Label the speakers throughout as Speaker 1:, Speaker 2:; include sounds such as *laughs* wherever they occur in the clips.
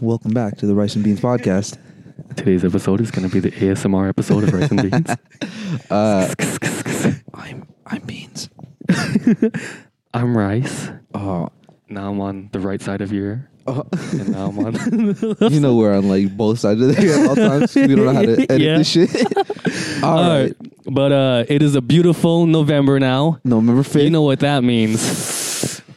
Speaker 1: Welcome back to the Rice and Beans podcast.
Speaker 2: Today's episode is going to be the ASMR episode of Rice and Beans.
Speaker 1: *laughs* Uh, I'm I'm Beans.
Speaker 2: I'm Rice.
Speaker 1: Oh,
Speaker 2: Now I'm on the right side of your ear.
Speaker 1: oh.
Speaker 2: And now
Speaker 1: *laughs*
Speaker 2: I'm on the left.
Speaker 1: you know we're on like both sides of the air at all times. We don't know how to edit
Speaker 2: *laughs* Yeah.
Speaker 1: this
Speaker 2: *laughs*
Speaker 1: shit. all
Speaker 2: All
Speaker 1: right,
Speaker 2: right. But uh, it is a beautiful November now.
Speaker 1: November fifth.
Speaker 2: You know what that means.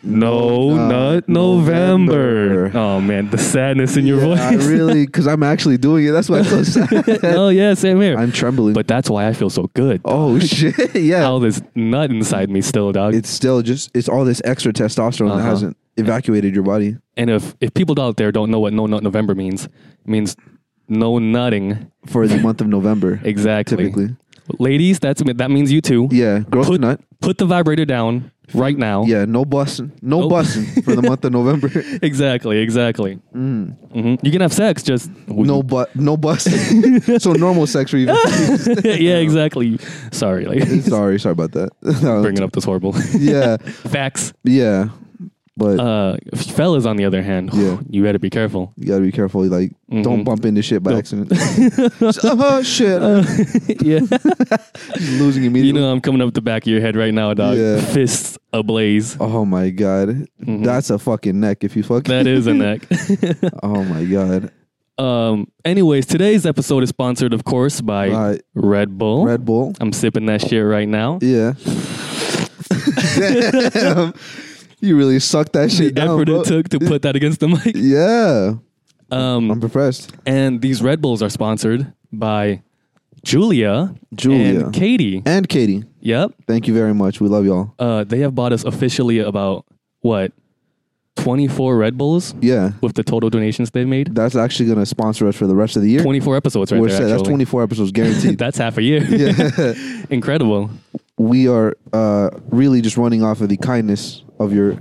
Speaker 2: No,
Speaker 1: No,
Speaker 2: not
Speaker 1: not
Speaker 2: November.
Speaker 1: November.
Speaker 2: Oh, man. The sadness in your
Speaker 1: Yeah, I
Speaker 2: voice.
Speaker 1: really, because I'm actually doing it. That's why I'm
Speaker 2: *laughs*
Speaker 1: so sad.
Speaker 2: oh, yeah. Same here.
Speaker 1: I'm trembling.
Speaker 2: but that's why I feel so good. *laughs*
Speaker 1: oh shit! *laughs* Yeah,
Speaker 2: All this nut inside me still, dog.
Speaker 1: it's still just it's all this extra testosterone that
Speaker 2: Uh-huh.
Speaker 1: hasn't evacuated your body.
Speaker 2: and if, if people out there don't know what No Nut November means, it means no nutting.
Speaker 1: for the month of November.
Speaker 2: *laughs* Exactly.
Speaker 1: Typically.
Speaker 2: Ladies, that's that means you too.
Speaker 1: Yeah, growth
Speaker 2: Put-
Speaker 1: nut.
Speaker 2: Put the vibrator down right now.
Speaker 1: Yeah, no busting, no
Speaker 2: Nope.
Speaker 1: busting for the
Speaker 2: *laughs*
Speaker 1: month of November.
Speaker 2: Exactly, exactly. hmm You can have sex, just
Speaker 1: Mm. No but no busting. so normal sex for you.
Speaker 2: *laughs* yeah, exactly. Sorry, like
Speaker 1: sorry, sorry about that. *laughs* No.
Speaker 2: *laughs* bringing up this horrible *laughs*
Speaker 1: yeah,
Speaker 2: facts.
Speaker 1: yeah, but
Speaker 2: Uh, fellas, on the other hand,
Speaker 1: Yeah.
Speaker 2: *sighs* you better be
Speaker 1: *laughs*
Speaker 2: careful.
Speaker 1: you gotta be careful. Like, don't
Speaker 2: Mhm.
Speaker 1: bump into shit by accident.
Speaker 2: *laughs*
Speaker 1: oh shit!
Speaker 2: yeah,
Speaker 1: losing
Speaker 2: Uh, you
Speaker 1: immediately.
Speaker 2: know I'm coming up the back of your head right now, dog.
Speaker 1: Yeah.
Speaker 2: Fists ablaze.
Speaker 1: oh my god,
Speaker 2: Mm-hmm.
Speaker 1: that's a fucking neck. If you fucking
Speaker 2: That is a
Speaker 1: *laughs*
Speaker 2: neck.
Speaker 1: Oh my god,
Speaker 2: um. Anyways, today's episode is sponsored, of course, by
Speaker 1: By
Speaker 2: Red Bull.
Speaker 1: Red Bull.
Speaker 2: I'm sipping that shit right now.
Speaker 1: Yeah. Damn. You really sucked that
Speaker 2: the
Speaker 1: shit down,
Speaker 2: effort
Speaker 1: bro.
Speaker 2: it took to put that against the *laughs* mic.
Speaker 1: Yeah.
Speaker 2: Um,
Speaker 1: I'm impressed.
Speaker 2: and these Red Bulls are sponsored by Julia,
Speaker 1: Julia.
Speaker 2: and Katie.
Speaker 1: And Katie,
Speaker 2: Yep.
Speaker 1: thank you very much. We love y'all.
Speaker 2: Uh, they have bought us officially about what 24 Red Bulls
Speaker 1: Yeah.
Speaker 2: with the total donations they've made.
Speaker 1: That's actually going to sponsor us for the rest of the year.
Speaker 2: 24 episodes right
Speaker 1: We're
Speaker 2: there.
Speaker 1: set. That's
Speaker 2: actually.
Speaker 1: 24 episodes guaranteed. *laughs*
Speaker 2: *laughs* That's half a year.
Speaker 1: yeah.
Speaker 2: Incredible.
Speaker 1: we are uh, really just running off of the kindness of your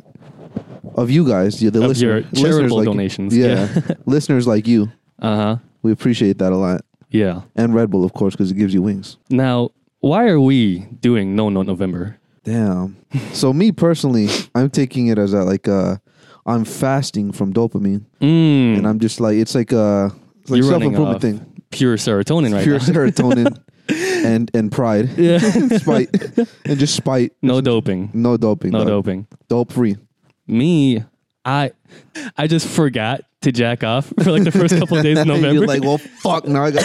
Speaker 1: of you guys, yeah, the
Speaker 2: Of
Speaker 1: listener,
Speaker 2: your
Speaker 1: listeners
Speaker 2: charitable
Speaker 1: like you.
Speaker 2: donations,
Speaker 1: Yeah. *laughs*
Speaker 2: *laughs*
Speaker 1: listeners like you.
Speaker 2: Uh huh.
Speaker 1: We appreciate that a lot.
Speaker 2: Yeah.
Speaker 1: And Red Bull, of course, because it gives you wings.
Speaker 2: Now, why are we doing No No November? *laughs*
Speaker 1: Damn. so me personally, I'm taking it as a like uh I'm fasting from dopamine.
Speaker 2: Mm,
Speaker 1: And I'm just like it's like uh it's like
Speaker 2: You're
Speaker 1: self
Speaker 2: running
Speaker 1: improvement
Speaker 2: off
Speaker 1: thing.
Speaker 2: pure serotonin right
Speaker 1: pure
Speaker 2: now. *laughs*
Speaker 1: serotonin and and pride
Speaker 2: yeah.
Speaker 1: spite and just spite
Speaker 2: no doping.
Speaker 1: no doping
Speaker 2: No
Speaker 1: dog.
Speaker 2: doping.
Speaker 1: dope free
Speaker 2: me i i just forgot to jack off *laughs* for like the first couple of days in
Speaker 1: And *laughs*
Speaker 2: november
Speaker 1: you're
Speaker 2: *laughs*
Speaker 1: like well fuck now i got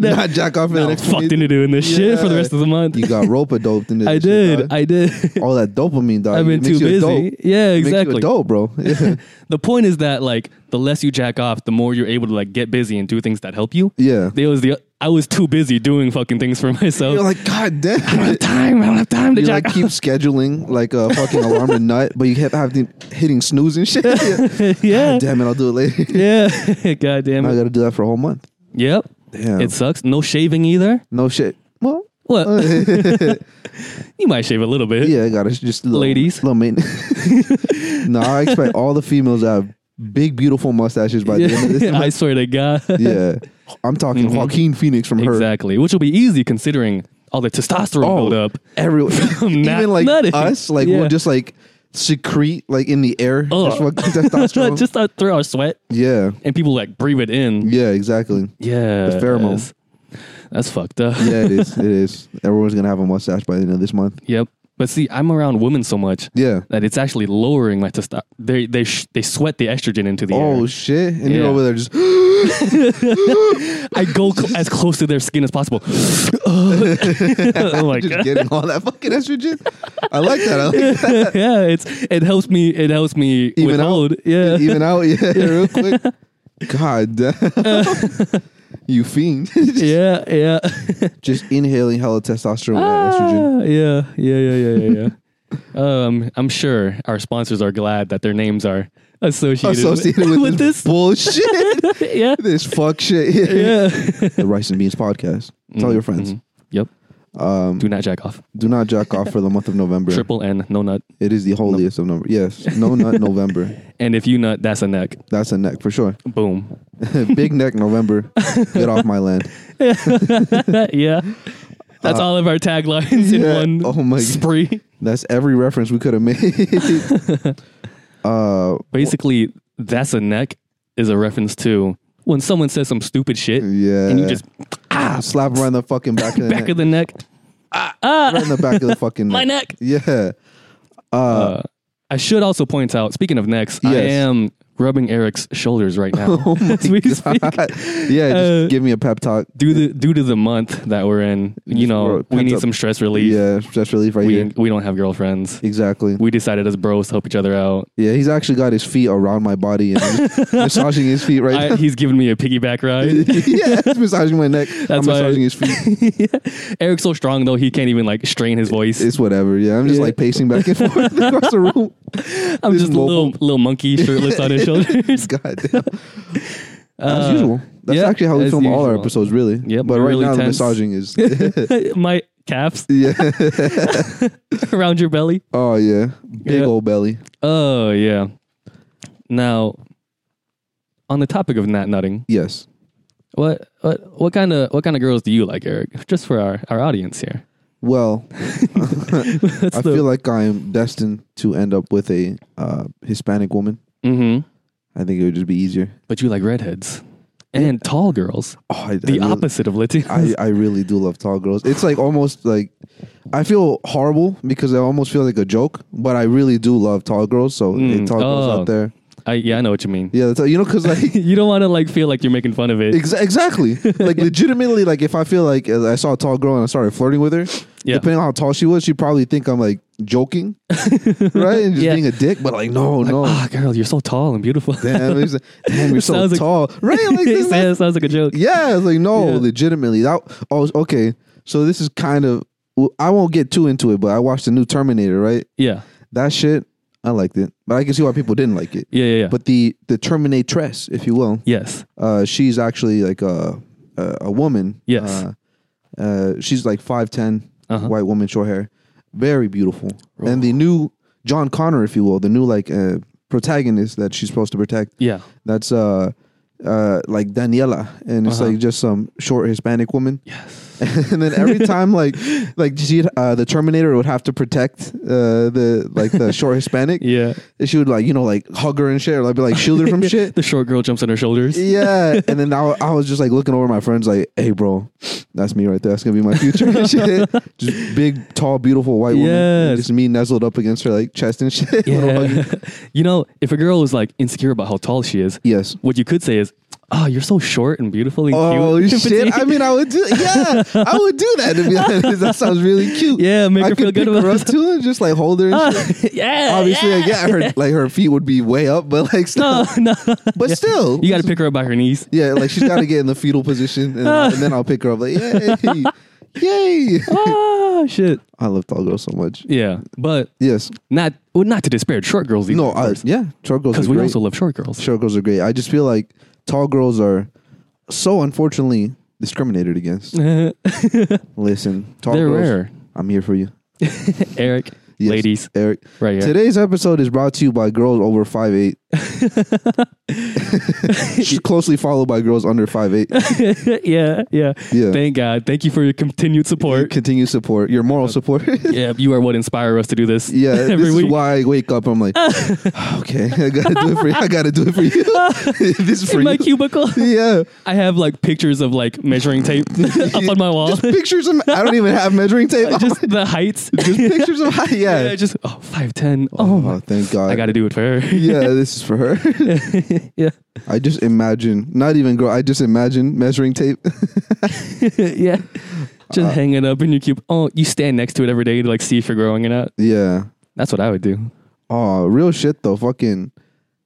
Speaker 2: Now-
Speaker 1: not jack off for
Speaker 2: now
Speaker 1: the
Speaker 2: I'm
Speaker 1: next few
Speaker 2: fucked
Speaker 1: days.
Speaker 2: into doing this shit for the
Speaker 1: Yeah.
Speaker 2: rest of the month
Speaker 1: you got rope doped into
Speaker 2: *laughs* i
Speaker 1: this shit,
Speaker 2: did
Speaker 1: dog.
Speaker 2: i did *laughs*
Speaker 1: all that dopamine dog
Speaker 2: i've
Speaker 1: It
Speaker 2: been
Speaker 1: makes
Speaker 2: too
Speaker 1: you a
Speaker 2: busy
Speaker 1: dope.
Speaker 2: yeah
Speaker 1: It makes you a
Speaker 2: exactly
Speaker 1: dope bro *laughs* yeah
Speaker 2: *laughs* the point is that like the less you jack off the more you're able to like get busy and do things that help you
Speaker 1: yeah
Speaker 2: There was the i was too busy doing fucking things for *laughs* myself
Speaker 1: you're like god
Speaker 2: *laughs* i don't
Speaker 1: damn
Speaker 2: have time i don't have time to
Speaker 1: you
Speaker 2: jack
Speaker 1: like keep scheduling like a fucking alarm and nut but you kept having hitting snooze and shit yeah.
Speaker 2: off *laughs* yeah
Speaker 1: damn it i'll do it later *laughs*
Speaker 2: *laughs* yeah god damn
Speaker 1: i
Speaker 2: it
Speaker 1: gotta do that for a whole month
Speaker 2: yep
Speaker 1: Damn.
Speaker 2: it sucks no shaving either
Speaker 1: no shit well *laughs*
Speaker 2: Well, *laughs* you might shave a little bit. *laughs*
Speaker 1: Yeah, I got it. Just little,
Speaker 2: Ladies.
Speaker 1: little *laughs* maintenance. no, I expect all the females to have big, beautiful mustaches by the end of this.
Speaker 2: I swear to God.
Speaker 1: *laughs* Yeah, I'm talking Joaquin Phoenix from her.
Speaker 2: Mm-hmm. exactly. Which will be easy considering all the testosterone
Speaker 1: Oh,
Speaker 2: buildup. *laughs*
Speaker 1: Everyone,
Speaker 2: nut-
Speaker 1: even like
Speaker 2: nutting.
Speaker 1: us, like
Speaker 2: Yeah.
Speaker 1: we'll just like secrete like in the air.
Speaker 2: Ugh.
Speaker 1: That's
Speaker 2: *laughs*
Speaker 1: what testosterone.
Speaker 2: Just uh, through our sweat
Speaker 1: yeah,
Speaker 2: and people like breathe it in.
Speaker 1: yeah, exactly.
Speaker 2: Yeah.
Speaker 1: pheromone.
Speaker 2: That's fucked up.
Speaker 1: Yeah, it is. It is. Everyone's gonna have a mustache by the end of this month.
Speaker 2: Yep. But see, I'm around women so much
Speaker 1: Yeah.
Speaker 2: that it's actually lowering my testosterone. They they sh- they sweat the estrogen into the
Speaker 1: Oh
Speaker 2: air.
Speaker 1: shit! And you're
Speaker 2: Yeah.
Speaker 1: over there just *gasps*
Speaker 2: I go
Speaker 1: *laughs*
Speaker 2: cl- as close to their skin as possible. *laughs* oh my
Speaker 1: just
Speaker 2: *laughs* god.
Speaker 1: getting all that fucking estrogen. I like that. I like that.
Speaker 2: *laughs* yeah, it's it helps me. It helps me
Speaker 1: Even E-,
Speaker 2: withhold. Yeah,
Speaker 1: even out *laughs* yeah real quick god *laughs* damn you fiend
Speaker 2: yeah, yeah,
Speaker 1: just inhaling hella testosterone and estrogen
Speaker 2: *laughs* Ah, yeah, yeah, yeah, yeah, *laughs* yeah. yeah. um, I'm sure our sponsors are glad that their names are associated,
Speaker 1: associated
Speaker 2: *laughs*
Speaker 1: with, this,
Speaker 2: this.
Speaker 1: bullshit
Speaker 2: *laughs* yeah,
Speaker 1: this fuck *laughs* shit Mm-hmm.
Speaker 2: yeah.
Speaker 1: the rice and beans podcast tell your friends
Speaker 2: Mm-hmm. yep.
Speaker 1: um,
Speaker 2: Do not jack off.
Speaker 1: do not jack off for the month of november
Speaker 2: Triple N, no nut.
Speaker 1: it is the holiest of november yes no *laughs* nut november
Speaker 2: And if you nut, that's a neck.
Speaker 1: that's a neck for sure *laughs*
Speaker 2: Boom.
Speaker 1: big neck november get off my land
Speaker 2: *laughs* yeah. That's all of our taglines in
Speaker 1: Uh, yeah.
Speaker 2: one
Speaker 1: Oh my-
Speaker 2: spree.
Speaker 1: that's every *laughs* reference we could have made uh
Speaker 2: Basically, that's a neck is a reference to when someone says some stupid shit
Speaker 1: Yeah.
Speaker 2: and you just ah
Speaker 1: slap him right in the fucking *laughs* back of the
Speaker 2: back
Speaker 1: neck.
Speaker 2: of the neck. Ah,
Speaker 1: right in the back of *laughs* the fucking
Speaker 2: my neck.
Speaker 1: Yeah.
Speaker 2: Uh, I should also point out, speaking of necks, I
Speaker 1: Yes.
Speaker 2: am rubbing Eric's shoulders right now.
Speaker 1: *laughs*
Speaker 2: as we speak.
Speaker 1: Oh yeah, just
Speaker 2: Uh,
Speaker 1: give me a pep talk.
Speaker 2: Due to due to the month that we're in, you
Speaker 1: Just
Speaker 2: know,
Speaker 1: wrote-
Speaker 2: we
Speaker 1: pent
Speaker 2: need
Speaker 1: up.
Speaker 2: some stress relief.
Speaker 1: Yeah, stress relief right
Speaker 2: We
Speaker 1: here.
Speaker 2: we don't have girlfriends.
Speaker 1: Exactly.
Speaker 2: We decided as bros to help each other out.
Speaker 1: Yeah, he's actually got his feet around my body and I'm just
Speaker 2: *laughs*
Speaker 1: massaging his feet right
Speaker 2: I,
Speaker 1: now. *laughs*
Speaker 2: he's giving me a piggyback ride.
Speaker 1: yeah, he's massaging my neck. I'm
Speaker 2: That's why-
Speaker 1: massaging his
Speaker 2: *laughs*
Speaker 1: feet.
Speaker 2: Eric's so strong though he can't even like strain his voice.
Speaker 1: It's whatever. Yeah, I'm just
Speaker 2: Yeah.
Speaker 1: like pacing back and forth
Speaker 2: *laughs*
Speaker 1: across the room.
Speaker 2: I'm
Speaker 1: it's
Speaker 2: just a little little monkey shirtless
Speaker 1: *laughs*
Speaker 2: on his shoulders.
Speaker 1: God damn. As
Speaker 2: Uh,
Speaker 1: usual. That's
Speaker 2: yeah,
Speaker 1: actually how we
Speaker 2: as
Speaker 1: film all our
Speaker 2: usual.
Speaker 1: episodes, really.
Speaker 2: Yep,
Speaker 1: But right
Speaker 2: really
Speaker 1: now, the
Speaker 2: tense.
Speaker 1: massaging
Speaker 2: *laughs*
Speaker 1: is. *laughs*
Speaker 2: My calves *laughs*
Speaker 1: yeah.
Speaker 2: around your belly.
Speaker 1: Oh, yeah. Big
Speaker 2: Yeah.
Speaker 1: old belly.
Speaker 2: Oh yeah. Now, on the topic of not nutting,
Speaker 1: Yes.
Speaker 2: what what what kind of what kind of girls do you like, Eric? Just for our, our audience here.
Speaker 1: *laughs* Well,
Speaker 2: That's
Speaker 1: I feel like I'm destined to end up with a uh, Hispanic woman.
Speaker 2: hmm
Speaker 1: Mm-hmm. I think it would just be easier.
Speaker 2: But you like redheads and tall girls,
Speaker 1: Oh, I,
Speaker 2: the
Speaker 1: I really,
Speaker 2: opposite of Latinos.
Speaker 1: I, I really do love tall girls. It's like almost like I feel horrible because I almost feel like a joke, but I really do love tall girls. So
Speaker 2: Mm.
Speaker 1: hey, tall girls
Speaker 2: Oh.
Speaker 1: out there,
Speaker 2: I- yeah, I know what you mean.
Speaker 1: yeah, that's, you know, because *laughs* like
Speaker 2: *laughs* you don't want to like feel like you're making fun of it.
Speaker 1: ex- exactly, *laughs* like legitimately, like if I feel like uh, I saw a tall girl and I started flirting with her,
Speaker 2: Yeah.
Speaker 1: depending on how tall she was, she'd probably think I'm like *laughs* joking, right, and just
Speaker 2: Yeah.
Speaker 1: being a dick. But like, no, no.
Speaker 2: Ah, girl, you're so tall and beautiful.
Speaker 1: oh.
Speaker 2: *laughs*
Speaker 1: Damn, it's like, damn, you're so
Speaker 2: Sounds like- *laughs*
Speaker 1: tall. Right? Like, this,
Speaker 2: yeah, it sounds like a joke.
Speaker 1: yeah, it's like no,
Speaker 2: Yeah.
Speaker 1: legitimately. That oh, okay. So this is kind of well, I won't get too into it, but I watched the new Terminator, right?
Speaker 2: Yeah,
Speaker 1: That shit, I liked it, but I can see why people didn't like it.
Speaker 2: yeah, yeah. yeah.
Speaker 1: But the the Terminatress, if you will,
Speaker 2: yes,
Speaker 1: uh, she's actually like a a, a woman.
Speaker 2: Yes.
Speaker 1: Uh, uh, she's like five
Speaker 2: Uh-huh.
Speaker 1: white woman, short hair, very beautiful. And the new John Connor, if you will, the new like uh, protagonist that she's supposed to protect
Speaker 2: yeah,
Speaker 1: that's uh uh like Daniela and it's
Speaker 2: Uh-huh.
Speaker 1: like just some short Hispanic woman.
Speaker 2: yes.
Speaker 1: *laughs* And then
Speaker 2: *laughs*
Speaker 1: every time like like she uh the Terminator would have to protect uh the like the short Hispanic.
Speaker 2: *laughs* Yeah,
Speaker 1: And she would like, you know, like hug her and shit or like be like shield
Speaker 2: *laughs*
Speaker 1: her from shit.
Speaker 2: the short girl jumps on her shoulders.
Speaker 1: Yeah. And then I, wa- I was just like looking over my friends like, hey bro, that's me right there. That's gonna be my future and
Speaker 2: *laughs*
Speaker 1: shit. Just big, tall, beautiful white woman. And
Speaker 2: Yes.
Speaker 1: Just me nuzzled up against her like chest and shit. *laughs* Little huggy.
Speaker 2: Yeah. *laughs* you know, if a girl is like insecure about how tall she is,
Speaker 1: Yes.
Speaker 2: what you could say is, "Oh, you're so short and beautiful and
Speaker 1: Oh
Speaker 2: cute." *laughs*
Speaker 1: shit!
Speaker 2: and petite."
Speaker 1: I mean, I would do. Yeah, I would do that to be *laughs* honest. That sounds really cute.
Speaker 2: Yeah, make
Speaker 1: I
Speaker 2: her feel
Speaker 1: could pick
Speaker 2: good about
Speaker 1: her up too and just like hold her. And
Speaker 2: *laughs*
Speaker 1: shit.
Speaker 2: yeah.
Speaker 1: Obviously,
Speaker 2: yeah.
Speaker 1: like, yeah, her like her feet would be way up, but like still,
Speaker 2: No, no.
Speaker 1: but still,
Speaker 2: You got to pick her up by her knees.
Speaker 1: yeah, like she's got to get in the fetal position, and, uh, and then I'll pick her up. Like, yay, *laughs* yay!
Speaker 2: *laughs* Oh shit.
Speaker 1: I love tall girls so much.
Speaker 2: Yeah, but
Speaker 1: Yes,
Speaker 2: not well, not to disparage short girls.
Speaker 1: no, I, yeah, tall girls
Speaker 2: because
Speaker 1: are
Speaker 2: we
Speaker 1: great.
Speaker 2: also love short girls.
Speaker 1: short girls are great. I just feel like tall girls are so unfortunately discriminated
Speaker 2: *laughs*
Speaker 1: against. Listen, tall
Speaker 2: They're
Speaker 1: girls,
Speaker 2: rare.
Speaker 1: I'm here for you.
Speaker 2: Eric,
Speaker 1: Yes,
Speaker 2: ladies,
Speaker 1: Eric.
Speaker 2: right here.
Speaker 1: Today's episode is brought to you by girls over
Speaker 2: *laughs*
Speaker 1: *laughs* 5'8. She's closely followed by girls under 5'8.
Speaker 2: yeah, yeah,
Speaker 1: Yeah.
Speaker 2: Thank God. Thank you for your
Speaker 1: *laughs*
Speaker 2: continued *laughs* support.
Speaker 1: Continue support, your moral support. *laughs*
Speaker 2: yeah, you are what inspire us to do this. *laughs*
Speaker 1: yeah,
Speaker 2: every
Speaker 1: this
Speaker 2: week.
Speaker 1: is why I wake up. I'm
Speaker 2: *laughs*
Speaker 1: like, okay, I gotta do it for you. I gotta do it for
Speaker 2: *laughs*
Speaker 1: you. *laughs* this is for
Speaker 2: in my
Speaker 1: you. *laughs*
Speaker 2: cubicle.
Speaker 1: yeah.
Speaker 2: I have like pictures of like measuring tape *laughs* up on my wall.
Speaker 1: *laughs*
Speaker 2: *laughs*
Speaker 1: Just pictures of, I don't even have measuring tape.
Speaker 2: Just the heights.
Speaker 1: *laughs*
Speaker 2: *laughs*
Speaker 1: Just pictures of, yeah.
Speaker 2: Yeah, just oh, 5'10. Oh,
Speaker 1: oh,
Speaker 2: my.
Speaker 1: thank God.
Speaker 2: I got *laughs* to do it for her.
Speaker 1: yeah, this is for her.
Speaker 2: *laughs* yeah.
Speaker 1: I just imagine, not even girl, I just imagine measuring tape. *laughs*
Speaker 2: *laughs* yeah.
Speaker 1: Uh,
Speaker 2: Just hang it up in your cube. Oh, you stand next to it every day to like see if you're growing or not.
Speaker 1: yeah.
Speaker 2: That's what I would do.
Speaker 1: Oh, real shit though. Fucking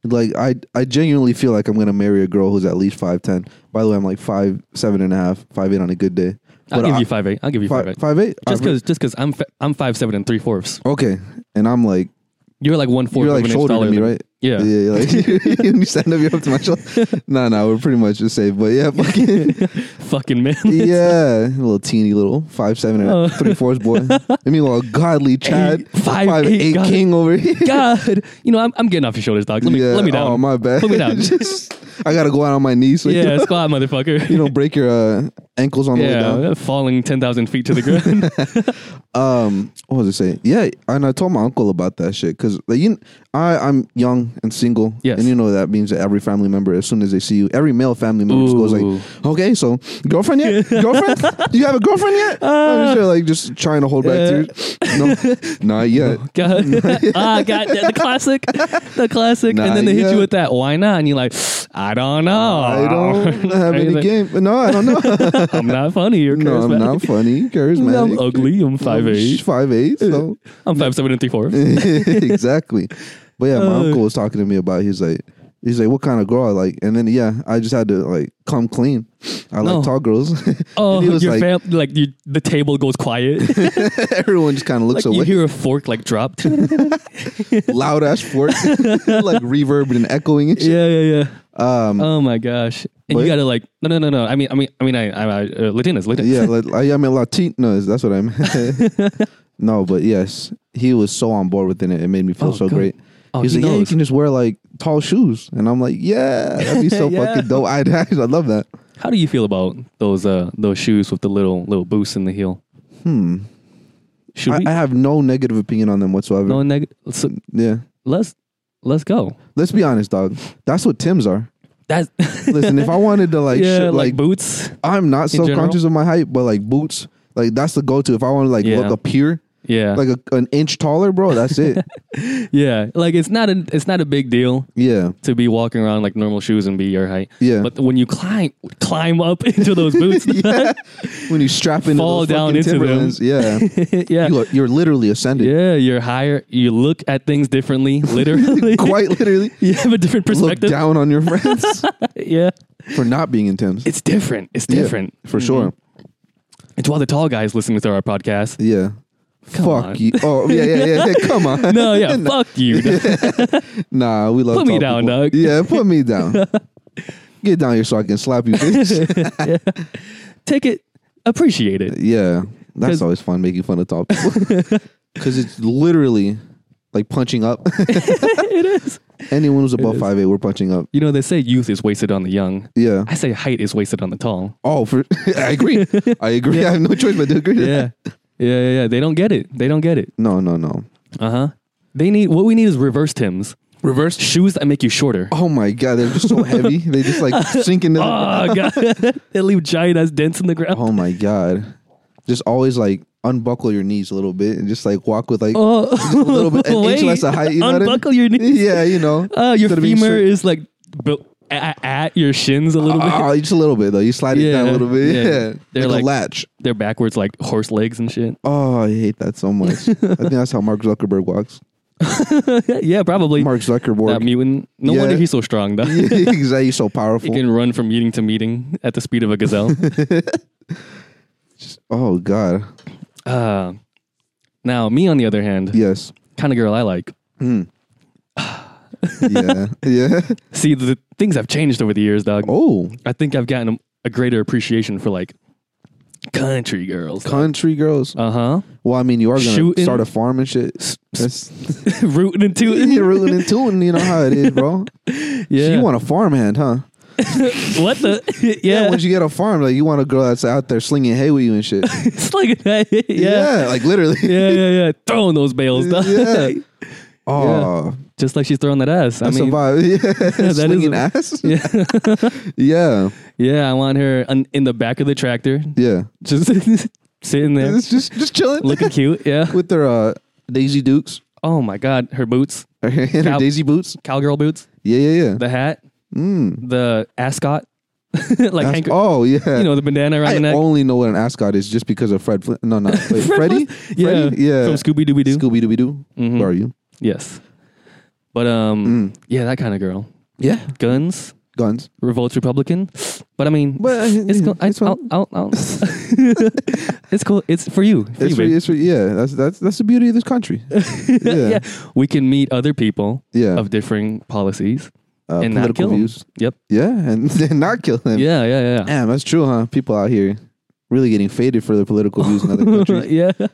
Speaker 1: like I I genuinely feel like I'm gonna marry a girl who's at least five ten. By the way, I'm like five seven and a half, five eight on a good day.
Speaker 2: I'll give
Speaker 1: I-
Speaker 2: you 5'8. I'll give you 5'8.
Speaker 1: five five
Speaker 2: Five, eight.
Speaker 1: eight.
Speaker 2: just
Speaker 1: I-
Speaker 2: because just because I'm fa- I'm five seven and three fourths.
Speaker 1: okay, and I'm like
Speaker 2: You're like one fourth.
Speaker 1: you're
Speaker 2: of
Speaker 1: like
Speaker 2: an
Speaker 1: shoulder
Speaker 2: inch
Speaker 1: to
Speaker 2: taller
Speaker 1: me,
Speaker 2: than-
Speaker 1: right?
Speaker 2: Yeah.
Speaker 1: yeah. you're Like *laughs* when you stand up, you're up to my shoulder.
Speaker 2: *laughs*
Speaker 1: No, no, we're pretty much the same. But yeah, fucking
Speaker 2: Fucking man.
Speaker 1: *laughs* yeah, a little teeny little five seven and
Speaker 2: Oh.
Speaker 1: a three fourths
Speaker 2: *laughs*
Speaker 1: boy. I mean, a godly Chad,
Speaker 2: Eight- five, eight, God.
Speaker 1: king over here.
Speaker 2: God, you know I'm, I'm getting off your shoulders, dog. Let me
Speaker 1: Yeah,
Speaker 2: let me down.
Speaker 1: Oh my bad.
Speaker 2: Put me
Speaker 1: *laughs*
Speaker 2: down.
Speaker 1: Just- I gotta go out on my knees. So
Speaker 2: *laughs* yeah,
Speaker 1: you, don't,
Speaker 2: squat, motherfucker.
Speaker 1: *laughs* you don't break your uh, ankles on the way down.
Speaker 2: yeah, falling ten thousand feet
Speaker 1: *laughs*
Speaker 2: to the ground.
Speaker 1: um what was i saying yeah and i told my uncle about that shit because like you i i'm young and single
Speaker 2: Yes.
Speaker 1: and you know that means that every family member as soon as they see you every male family member just goes
Speaker 2: Ooh.
Speaker 1: like okay so girlfriend
Speaker 2: *laughs*
Speaker 1: yet girlfriend you have a girlfriend
Speaker 2: Uh,
Speaker 1: yet I'm just, like just trying to hold back tears
Speaker 2: *laughs*
Speaker 1: no not yet *laughs*
Speaker 2: God, *laughs* ah, God, the classic, the classic,
Speaker 1: Nah,
Speaker 2: and then they hit
Speaker 1: yeah.
Speaker 2: you with that. Why not? And you're like, I don't know.
Speaker 1: i
Speaker 2: *laughs*
Speaker 1: don't have
Speaker 2: He's
Speaker 1: any
Speaker 2: like,
Speaker 1: game no i don't
Speaker 2: *laughs*
Speaker 1: know
Speaker 2: I'm not funny. You're
Speaker 1: no i'm not
Speaker 2: *laughs*
Speaker 1: funny charismatic
Speaker 2: I'm ugly. I'm five eight.
Speaker 1: five eight so
Speaker 2: I'm five seven and three four.
Speaker 1: *laughs*
Speaker 2: *laughs*
Speaker 1: exactly. But yeah, my
Speaker 2: Uh.
Speaker 1: uncle was talking to me about. He's like, he's like, what kind of girl I like? And then yeah, I just had to like come clean. I
Speaker 2: No.
Speaker 1: like tall girls. *laughs* And
Speaker 2: Oh,
Speaker 1: he was
Speaker 2: your
Speaker 1: like,
Speaker 2: fam- like you, the table
Speaker 1: *laughs*
Speaker 2: goes quiet.
Speaker 1: everyone just kind of looks
Speaker 2: like you
Speaker 1: away.
Speaker 2: hear a fork like dropped. yeah,
Speaker 1: *laughs* Loud ass fork,
Speaker 2: *laughs*
Speaker 1: *laughs* like reverb and echoing. And shit.
Speaker 2: yeah, yeah.
Speaker 1: Um,
Speaker 2: Oh my gosh. And
Speaker 1: But-
Speaker 2: you gotta like no no no no. I mean I mean I mean I I, I uh, Latinas Latinas.
Speaker 1: yeah, like, I, I mean Latinos. That's what I meant.
Speaker 2: *laughs*
Speaker 1: no, but yes, he was so on board with it. It made me feel
Speaker 2: Oh,
Speaker 1: so
Speaker 2: good.
Speaker 1: great.
Speaker 2: Oh,
Speaker 1: He's
Speaker 2: he
Speaker 1: like, yeah, you
Speaker 2: knows.
Speaker 1: can just wear like tall shoes, and I'm like, yeah, that'd be
Speaker 2: *laughs*
Speaker 1: so
Speaker 2: Yeah.
Speaker 1: fucking dope. I'd *laughs* actually, I love that.
Speaker 2: How do you feel about those uh those shoes with the little little boost in the heel?
Speaker 1: Hmm.
Speaker 2: Should
Speaker 1: I,
Speaker 2: we
Speaker 1: I have no negative opinion on them whatsoever.
Speaker 2: no neg- so
Speaker 1: Yeah.
Speaker 2: let's let's go.
Speaker 1: Let's be honest, dog. That's what Tim's are.
Speaker 2: That's
Speaker 1: Listen, if I wanted to like,
Speaker 2: *laughs* yeah,
Speaker 1: shit,
Speaker 2: like,
Speaker 1: like,
Speaker 2: boots.
Speaker 1: I'm not
Speaker 2: in
Speaker 1: self conscious of my height, but like boots, like that's the go to. If I want to like
Speaker 2: Yeah.
Speaker 1: look appear
Speaker 2: Yeah.
Speaker 1: like a, an inch taller, bro, that's
Speaker 2: *laughs*
Speaker 1: it.
Speaker 2: yeah. Like it's not a it's not a big deal
Speaker 1: yeah, *laughs*
Speaker 2: to be walking around like normal shoes and be your height.
Speaker 1: yeah.
Speaker 2: But when you climb climb up *laughs* into those
Speaker 1: *laughs*
Speaker 2: boots,
Speaker 1: yeah. When you strap into
Speaker 2: Fall
Speaker 1: those
Speaker 2: down
Speaker 1: fucking
Speaker 2: into them.
Speaker 1: Timberlands, yeah,
Speaker 2: *laughs* yeah.
Speaker 1: you are, you're literally ascending.
Speaker 2: Yeah, you're higher. You look at things
Speaker 1: *laughs*
Speaker 2: differently, literally.
Speaker 1: Quite literally,
Speaker 2: *laughs* You have a different
Speaker 1: look
Speaker 2: perspective.
Speaker 1: down on your friends
Speaker 2: *laughs* Yeah.
Speaker 1: for not being intense.
Speaker 2: It's different. It's
Speaker 1: Yeah,
Speaker 2: different. Mm-hmm.
Speaker 1: for sure.
Speaker 2: It's why the tall guys listening to our
Speaker 1: *laughs*
Speaker 2: podcast.
Speaker 1: Yeah.
Speaker 2: Come
Speaker 1: Fuck
Speaker 2: on.
Speaker 1: you. Oh yeah, yeah, yeah. yeah. Come
Speaker 2: *laughs*
Speaker 1: on.
Speaker 2: No,
Speaker 1: *laughs*
Speaker 2: yeah, fuck you.
Speaker 1: Nah, we love.
Speaker 2: Put me
Speaker 1: tall
Speaker 2: down,
Speaker 1: people.
Speaker 2: dog.
Speaker 1: Yeah, put me
Speaker 2: *laughs*
Speaker 1: down. Get down here so I can slap you, bitch.
Speaker 2: Take it,
Speaker 1: *laughs*
Speaker 2: appreciate it. *laughs*
Speaker 1: yeah,
Speaker 2: 'Cause-
Speaker 1: that's always fun making fun of tall
Speaker 2: *laughs*
Speaker 1: people because it's literally like punching up. *laughs*
Speaker 2: it is.
Speaker 1: Anyone who's above
Speaker 2: is.
Speaker 1: five eight, we're punching up.
Speaker 2: You know, they say youth is wasted on the young.
Speaker 1: Yeah.
Speaker 2: I say height is wasted on the tall.
Speaker 1: *laughs* Oh, for I
Speaker 2: *laughs*
Speaker 1: agree. I agree. I have no choice but to agree. to that.
Speaker 2: Yeah. Yeah, yeah, yeah. They don't get it. They don't get it.
Speaker 1: No, no, no.
Speaker 2: Uh huh. They need, what we need is reverse Tim's.
Speaker 1: Reverse.
Speaker 2: Shoes that make you shorter.
Speaker 1: Oh my god, they're just so heavy. they just
Speaker 2: *laughs*
Speaker 1: like sink into. the-
Speaker 2: Oh, God. *laughs* they leave giant ass dents in the ground.
Speaker 1: Oh my god. Just always like unbuckle your knees a little bit and just like walk with like
Speaker 2: Oh,
Speaker 1: a little
Speaker 2: *laughs*
Speaker 1: bit an
Speaker 2: wait.
Speaker 1: inch less of height. You know what I mean?
Speaker 2: Unbuckle your knees.
Speaker 1: *laughs* yeah, you know.
Speaker 2: Uh, your
Speaker 1: Instead of being
Speaker 2: femur
Speaker 1: straight-
Speaker 2: is like bu- at, at your shins a little bit.
Speaker 1: Oh, just a little bit though. You slide it down a
Speaker 2: Yeah,
Speaker 1: little bit.
Speaker 2: yeah.
Speaker 1: Yeah.
Speaker 2: They're
Speaker 1: like,
Speaker 2: like-
Speaker 1: a latch.
Speaker 2: They're backwards like horse legs and shit.
Speaker 1: Oh, I hate that so
Speaker 2: *laughs*
Speaker 1: much. I think that's how Mark Zuckerberg walks.
Speaker 2: yeah, probably.
Speaker 1: Mark
Speaker 2: that
Speaker 1: Zuckerberg.
Speaker 2: mutant. No
Speaker 1: Yeah.
Speaker 2: wonder he's so strong
Speaker 1: *laughs*
Speaker 2: though.
Speaker 1: exactly. He's so
Speaker 2: *laughs* He
Speaker 1: powerful.
Speaker 2: can run from meeting to meeting at the speed of
Speaker 1: *laughs*
Speaker 2: a gazelle.
Speaker 1: oh God.
Speaker 2: uh, now, me on the other hand,
Speaker 1: Yes.
Speaker 2: kind of girl I like.
Speaker 1: Yeah. *laughs* yeah.
Speaker 2: See, the things have changed over the years, dog.
Speaker 1: Oh.
Speaker 2: I think I've gotten a, a greater appreciation for like country girls.
Speaker 1: Country girls.
Speaker 2: uh
Speaker 1: *laughs*
Speaker 2: huh.
Speaker 1: Well, I mean, you are gonna
Speaker 2: Shooting.
Speaker 1: start a farm and shit. That's,
Speaker 2: *laughs* Rooting and tooting.
Speaker 1: you're rooting and tooting. You know how it is, bro.
Speaker 2: *laughs* Yeah.
Speaker 1: You want a farmhand, huh?
Speaker 2: what the?
Speaker 1: *laughs* Yeah.
Speaker 2: *laughs* yeah.
Speaker 1: Once you get a farm, like you want a girl that's out there slinging hay with you and shit.
Speaker 2: it's like *laughs* yeah.
Speaker 1: like literally.
Speaker 2: *laughs* yeah, yeah, yeah. Throwing those bales, *laughs* dog.
Speaker 1: *laughs* Yeah. Oh,
Speaker 2: Just like she's throwing that ass.
Speaker 1: that's
Speaker 2: I mean,
Speaker 1: a vibe. *laughs* Yeah,
Speaker 2: *laughs* that is
Speaker 1: slinging
Speaker 2: a-
Speaker 1: ass.
Speaker 2: *laughs* yeah,
Speaker 1: *laughs* Yeah,
Speaker 2: yeah. I want her on, in the back of the tractor, *laughs*
Speaker 1: yeah.
Speaker 2: just sitting
Speaker 1: *laughs*
Speaker 2: there,
Speaker 1: It's just just chilling
Speaker 2: looking cute. Yeah.
Speaker 1: with their uh, Daisy Dukes *laughs*
Speaker 2: Oh my God, her boots,
Speaker 1: and her
Speaker 2: Cow-
Speaker 1: Daisy boots.
Speaker 2: cowgirl boots,
Speaker 1: Yeah, yeah, yeah.
Speaker 2: the hat,
Speaker 1: Mm.
Speaker 2: the ascot, *laughs* like
Speaker 1: Asc-
Speaker 2: handker-
Speaker 1: oh yeah.
Speaker 2: you know, the bandana around
Speaker 1: I
Speaker 2: the neck.
Speaker 1: only know what an ascot is just because of Fred. Flin- no,
Speaker 2: *laughs*
Speaker 1: not wait, Freddy.
Speaker 2: yeah,
Speaker 1: Freddy? yeah.
Speaker 2: From Scooby Dooby Doo.
Speaker 1: Scooby Dooby Doo.
Speaker 2: Mhm.
Speaker 1: Where are you?
Speaker 2: yes. But um,
Speaker 1: Mm.
Speaker 2: yeah, that kind of girl.
Speaker 1: Yeah,
Speaker 2: Guns,
Speaker 1: guns.
Speaker 2: revolts Republican. But I mean,
Speaker 1: But, uh,
Speaker 2: it's cool. I,
Speaker 1: it's fine.
Speaker 2: I'll, I'll, I'll, *laughs* it's cool. It's for you. For
Speaker 1: It's
Speaker 2: you,
Speaker 1: for,
Speaker 2: babe. *laughs*
Speaker 1: it's for, yeah, that's that's that's the beauty of this country.
Speaker 2: yeah.
Speaker 1: Yeah,
Speaker 2: we can meet other people
Speaker 1: yeah.
Speaker 2: of differing policies
Speaker 1: Uh,
Speaker 2: and not
Speaker 1: political
Speaker 2: kill them.
Speaker 1: views.
Speaker 2: Yep.
Speaker 1: Yeah, and *laughs* then not kill them.
Speaker 2: Yeah, yeah, *laughs* yeah.
Speaker 1: Damn, that's true, huh? People out here really getting faded for their political views
Speaker 2: *laughs*
Speaker 1: in other countries.
Speaker 2: yeah.
Speaker 1: It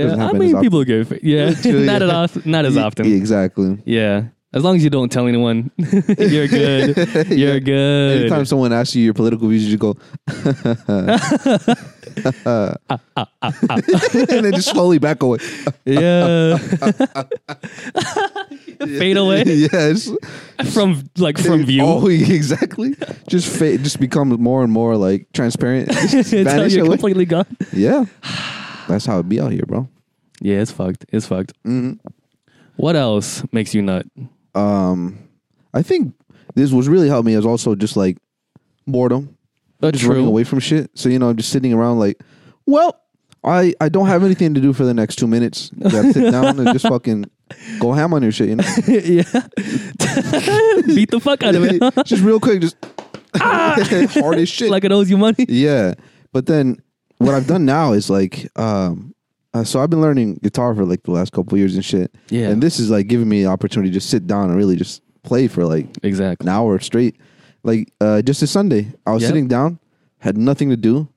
Speaker 1: doesn't
Speaker 2: yeah. I
Speaker 1: happen as
Speaker 2: mean,
Speaker 1: often.
Speaker 2: people give. Yeah,
Speaker 1: true,
Speaker 2: *laughs* not
Speaker 1: yeah.
Speaker 2: as often. Not as
Speaker 1: Ye-
Speaker 2: often.
Speaker 1: exactly. *laughs*
Speaker 2: Yeah. As long as you don't tell anyone, *laughs* you're good. You're
Speaker 1: Yeah.
Speaker 2: good.
Speaker 1: Anytime someone asks you your political views, you just go, *laughs* and then just slowly back away.
Speaker 2: Yeah. *laughs* Fade away
Speaker 1: *laughs* yes.
Speaker 2: from like from view. *laughs*
Speaker 1: Oh, *laughs* exactly. Just fade, just become more and more like
Speaker 2: *laughs*
Speaker 1: transparent. Just
Speaker 2: Until
Speaker 1: vanish
Speaker 2: you're
Speaker 1: away.
Speaker 2: completely gone.
Speaker 1: Yeah. That's how it be out here, bro. Mm-hmm.
Speaker 2: Yeah, it's fucked. It's fucked. What else makes you nut?
Speaker 1: Um, I think this was really helped me is also just like boredom.
Speaker 2: But
Speaker 1: just running away from shit. So you know, I'm just sitting around like, well, I I don't have anything to do for the next two minutes. You gotta sit down and just fucking go ham on your shit. You
Speaker 2: *laughs*
Speaker 1: know,
Speaker 2: *laughs* yeah. Beat the fuck out
Speaker 1: *laughs*
Speaker 2: of it.
Speaker 1: just real quick,
Speaker 2: *laughs*
Speaker 1: just hard as shit.
Speaker 2: like it owes you money.
Speaker 1: yeah, but then what I've done now is like, um, uh, so I've been learning guitar for like the last couple years and shit.
Speaker 2: Yeah.
Speaker 1: and this is like giving me an opportunity to just sit down and really just play for like an
Speaker 2: Exactly.
Speaker 1: hour straight. Like uh, just this Sunday, I was
Speaker 2: Yep.
Speaker 1: sitting down, had nothing to do,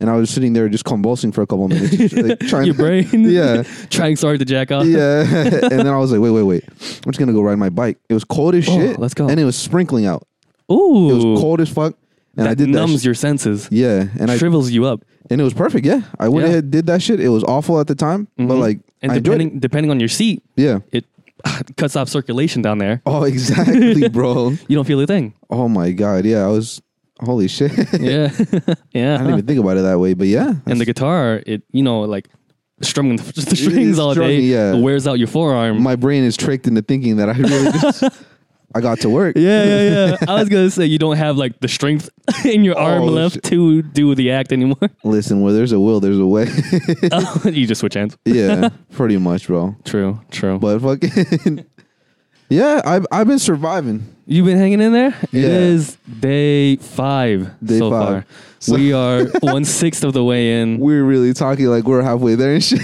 Speaker 1: and I was sitting there just convulsing for a couple minutes, just,
Speaker 2: *laughs*
Speaker 1: like, trying
Speaker 2: Your
Speaker 1: to-
Speaker 2: brain.
Speaker 1: *laughs* yeah,
Speaker 2: *laughs* Trying so hard to jack off.
Speaker 1: *laughs* yeah. and then I was like, wait, wait, wait. I'm just gonna go ride my bike. It was cold as
Speaker 2: Oh,
Speaker 1: shit.
Speaker 2: let's go.
Speaker 1: And it was sprinkling out.
Speaker 2: Ooh.
Speaker 1: It was cold as fuck. And
Speaker 2: that
Speaker 1: I did
Speaker 2: numbs
Speaker 1: that. Sh-
Speaker 2: your senses.
Speaker 1: yeah, and I
Speaker 2: shrivels you up.
Speaker 1: and it was perfect. Yeah, I went
Speaker 2: Yeah. Mm-hmm.
Speaker 1: ahead did that shit. It was awful at the time, but like
Speaker 2: And
Speaker 1: I enjoyed it.
Speaker 2: depending depending on your seat,
Speaker 1: Yeah.
Speaker 2: it *sighs* cuts off circulation down there.
Speaker 1: Oh, *laughs* exactly,
Speaker 2: *laughs*
Speaker 1: bro.
Speaker 2: You don't feel a thing.
Speaker 1: Oh my god. Yeah, I was. Holy shit. *laughs* I
Speaker 2: Yeah. *laughs* yeah.
Speaker 1: didn't even think about it that way, but yeah.
Speaker 2: and the guitar, it you know like *laughs* strumming the, the strings all day
Speaker 1: strumming, yeah.
Speaker 2: wears out your forearm.
Speaker 1: my brain is tricked into thinking that I really just
Speaker 2: *laughs*
Speaker 1: I got to work.
Speaker 2: yeah, yeah, yeah. *laughs* I was gonna say you don't have like the strength *laughs* in your arm
Speaker 1: Oh,
Speaker 2: left
Speaker 1: shit.
Speaker 2: to do the act anymore. *laughs*
Speaker 1: Listen, where there's a will, there's a way. *laughs*
Speaker 2: Oh, you just switch hands. *laughs*
Speaker 1: yeah, pretty much, bro.
Speaker 2: True, true.
Speaker 1: But fucking *laughs* yeah, I've I've been surviving.
Speaker 2: You've been hanging in there. It
Speaker 1: Yeah.
Speaker 2: is day five
Speaker 1: Day
Speaker 2: so
Speaker 1: five.
Speaker 2: far.
Speaker 1: *laughs*
Speaker 2: we are one sixth of the way in.
Speaker 1: We're really talking like we're halfway there and
Speaker 2: *laughs*
Speaker 1: shit.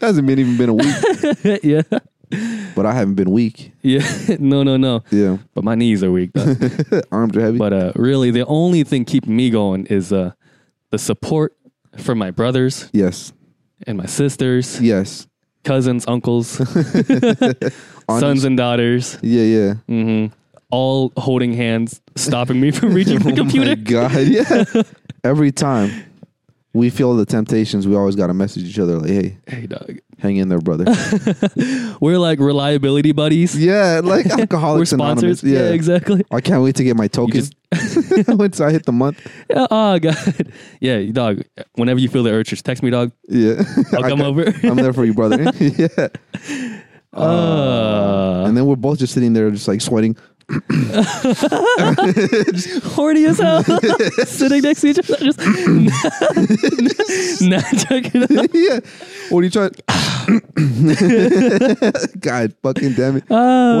Speaker 1: Hasn't been even been a week,
Speaker 2: yeah,
Speaker 1: but I haven't been weak.
Speaker 2: yeah. *laughs* No, no, no.
Speaker 1: Yeah, *laughs*
Speaker 2: But my knees are weak. Though.
Speaker 1: arms are heavy.
Speaker 2: but uh, really, the only thing keeping me going is uh, the support from my brothers
Speaker 1: yes,
Speaker 2: and my sisters,
Speaker 1: yes,
Speaker 2: cousins,
Speaker 1: *laughs*
Speaker 2: uncles, *laughs*
Speaker 1: Honest-
Speaker 2: sons, and daughters.
Speaker 1: Yeah, yeah.
Speaker 2: hmm All holding hands, stopping
Speaker 1: *laughs*
Speaker 2: me from reaching the
Speaker 1: Oh My
Speaker 2: computer.
Speaker 1: God,
Speaker 2: *laughs*
Speaker 1: yeah. Every time we feel the temptations, we always got to message each other like, "Hey,
Speaker 2: Hey, dog.
Speaker 1: hang in there, brother."
Speaker 2: *laughs* We're like reliability buddies.
Speaker 1: yeah, like
Speaker 2: We're
Speaker 1: alcoholics anonymous.
Speaker 2: sponsors. Yeah, exactly. *laughs*
Speaker 1: I can't wait to get my tokens *laughs* once I hit the month.
Speaker 2: Yeah, oh god. Yeah, dog. Whenever you feel the urge, just text me, dog.
Speaker 1: Yeah, *laughs*
Speaker 2: I'll
Speaker 1: I
Speaker 2: come
Speaker 1: got-
Speaker 2: over.
Speaker 1: I'm
Speaker 2: *laughs*
Speaker 1: there for you, brother. *laughs* yeah,
Speaker 2: Uh,
Speaker 1: and then we're both just sitting there, just like sweating. *laughs*
Speaker 2: horny
Speaker 1: *laughs*
Speaker 2: as hell. *laughs* Sitting next to each other, just *laughs* not checking out.
Speaker 1: yeah, what are you
Speaker 2: *laughs*
Speaker 1: trying? *laughs* God, fucking damn it!
Speaker 2: Oh,